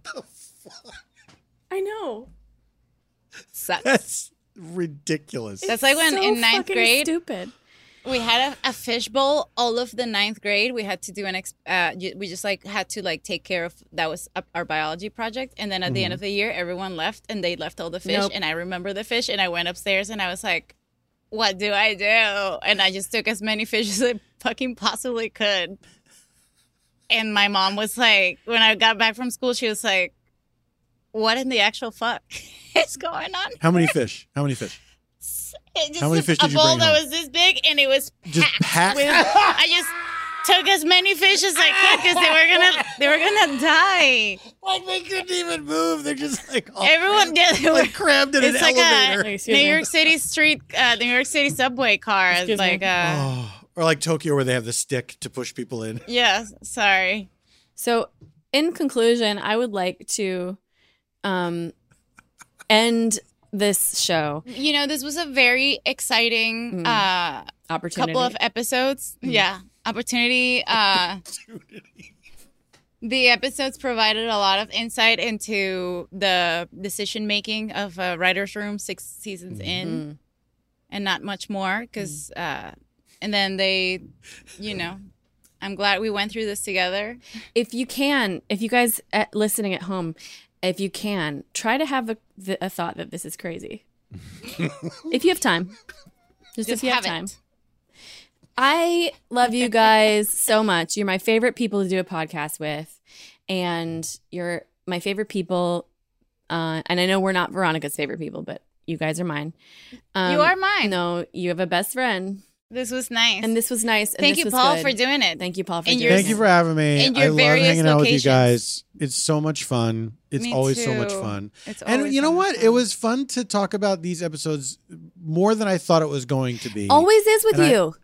[SPEAKER 3] I know.
[SPEAKER 1] Sucks.
[SPEAKER 2] That's ridiculous.
[SPEAKER 1] That's like when
[SPEAKER 3] so
[SPEAKER 1] in ninth
[SPEAKER 3] fucking
[SPEAKER 1] grade,
[SPEAKER 3] Stupid.
[SPEAKER 1] we had a, a fishbowl all of the ninth grade we had to do an ex uh, ju- we just like had to like take care of that was a, our biology project and then at the end
[SPEAKER 3] Mhm.
[SPEAKER 2] Mm-hmm.
[SPEAKER 1] of the year everyone left and they left all the fish
[SPEAKER 3] Nope.
[SPEAKER 1] and i remember the fish and i went upstairs and i was like what do i do and i just took as many fish as i fucking possibly could and my mom was like when i got back from school she was like what in the actual fuck is going on
[SPEAKER 2] How many fish? How many fish?
[SPEAKER 1] it just
[SPEAKER 2] How many
[SPEAKER 1] was
[SPEAKER 2] fish
[SPEAKER 1] a
[SPEAKER 2] did you
[SPEAKER 1] bowl
[SPEAKER 2] bring
[SPEAKER 1] that
[SPEAKER 2] home?
[SPEAKER 1] was this big, and it was packed.
[SPEAKER 2] Just packed?
[SPEAKER 1] with- I just took as many fish as I could because they were gonna they were gonna die.
[SPEAKER 2] Like they couldn't even move. They're just like
[SPEAKER 1] everyone yeah, they
[SPEAKER 2] like
[SPEAKER 1] were-
[SPEAKER 2] crammed in an
[SPEAKER 1] it's like
[SPEAKER 2] elevator.
[SPEAKER 1] a
[SPEAKER 2] Excuse
[SPEAKER 1] New
[SPEAKER 2] me.
[SPEAKER 1] York City street, uh, the New York City subway car. is like uh,
[SPEAKER 2] Oh, or like Tokyo where they have the stick to push people in.
[SPEAKER 1] yeah, sorry.
[SPEAKER 3] So, in conclusion, I would like to um end this show
[SPEAKER 1] You know, this was a very exciting uh,
[SPEAKER 3] opportunity.
[SPEAKER 1] couple of episodes.
[SPEAKER 3] Mm.
[SPEAKER 1] Yeah, opportunity. Uh, The episodes provided a lot of insight into the decision making of uh, writers' room six seasons
[SPEAKER 3] Mm-hmm.
[SPEAKER 1] in,
[SPEAKER 3] Hmm.
[SPEAKER 1] and not much more. Because, uh, and then they, you know, I'm glad we went through this together.
[SPEAKER 3] if you can, if you guys at, listening at home, if you can, try to have a, th- a thought that this is crazy. if you have time, just, if
[SPEAKER 1] Just
[SPEAKER 3] you have,
[SPEAKER 1] have it.
[SPEAKER 3] time. I love you guys so much. You're my favorite people to do a podcast with, and you're my favorite people. Uh, and I know we're not Veronica's favorite people, but you guys are mine. Um,
[SPEAKER 1] are mine.
[SPEAKER 3] No, you have a best friend,
[SPEAKER 1] This was nice.
[SPEAKER 3] and this was nice. and
[SPEAKER 1] Thank
[SPEAKER 3] this
[SPEAKER 1] you,
[SPEAKER 3] was
[SPEAKER 1] Paul,
[SPEAKER 3] good.
[SPEAKER 1] for doing it.
[SPEAKER 3] Thank you, Paul, for
[SPEAKER 1] And
[SPEAKER 3] doing
[SPEAKER 1] your-
[SPEAKER 3] it.
[SPEAKER 2] Thank you for having me.
[SPEAKER 1] And
[SPEAKER 2] I
[SPEAKER 1] your
[SPEAKER 2] love
[SPEAKER 1] various
[SPEAKER 2] hanging out with
[SPEAKER 1] locations.
[SPEAKER 2] you guys. It's so much fun. It's
[SPEAKER 1] Me
[SPEAKER 2] always so much
[SPEAKER 1] too.
[SPEAKER 2] fun.
[SPEAKER 1] It's
[SPEAKER 2] and
[SPEAKER 1] always
[SPEAKER 2] you know
[SPEAKER 1] so much
[SPEAKER 2] what? It was fun to talk about these episodes more than I thought it was going to be.
[SPEAKER 3] Always is with
[SPEAKER 2] And I-
[SPEAKER 3] you.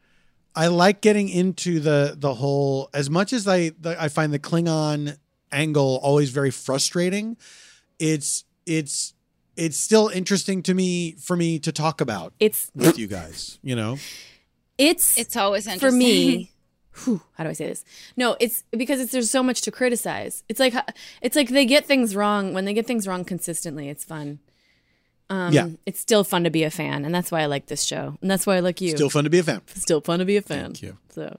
[SPEAKER 2] I like getting into the the whole as much as I the, I find the Klingon angle always very frustrating. It's it's it's still interesting to me for me to talk about
[SPEAKER 3] It's
[SPEAKER 2] with you guys. You know,
[SPEAKER 3] it's
[SPEAKER 1] It's always interesting.
[SPEAKER 3] for me whew, how do i say this no it's because it's there's so much to criticize it's like it's like they get things wrong when they get things wrong consistently it's fun um
[SPEAKER 2] Yeah.
[SPEAKER 3] it's still fun to be a fan and that's why i like this show and that's why i like you
[SPEAKER 2] still fun to be a fan.
[SPEAKER 3] still fun to be a fan
[SPEAKER 2] Thank you.
[SPEAKER 3] so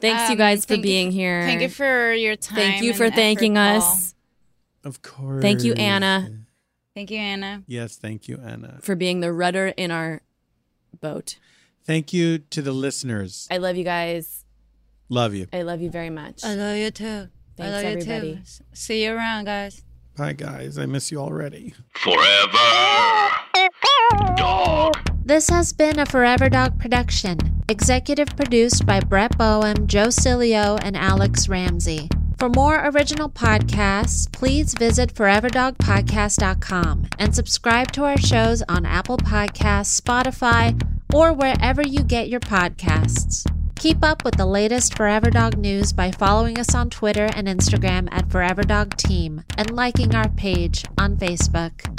[SPEAKER 3] thanks you
[SPEAKER 1] Um,
[SPEAKER 3] guys for
[SPEAKER 1] thank you-
[SPEAKER 3] being here
[SPEAKER 1] Thank you for your time.
[SPEAKER 3] thank you
[SPEAKER 1] and
[SPEAKER 3] for
[SPEAKER 1] effort,
[SPEAKER 3] thanking
[SPEAKER 1] Paul.
[SPEAKER 3] us
[SPEAKER 2] Of course.
[SPEAKER 3] thank you anna
[SPEAKER 1] Thank you, Anna.
[SPEAKER 2] Yes, thank you, Anna.
[SPEAKER 3] for being the rudder in our boat
[SPEAKER 2] Thank you to the listeners.
[SPEAKER 3] i love you guys
[SPEAKER 2] Love you.
[SPEAKER 3] i love you very much
[SPEAKER 1] I love you too.
[SPEAKER 3] Thanks, love you too. everybody.
[SPEAKER 1] See you around, guys.
[SPEAKER 2] Bye, guys. I miss you already.
[SPEAKER 12] This has been a Forever Dog production, executive produced by Brett Boehm, Joe Cilio, and Alex Ramsey. For more original podcasts, please visit foreverdogpodcast.com and subscribe to our shows on Apple Podcasts, Spotify, or wherever you get your podcasts. Keep up with the latest Forever Dog news by following us on Twitter and Instagram at Forever Dog Team and liking our page on Facebook.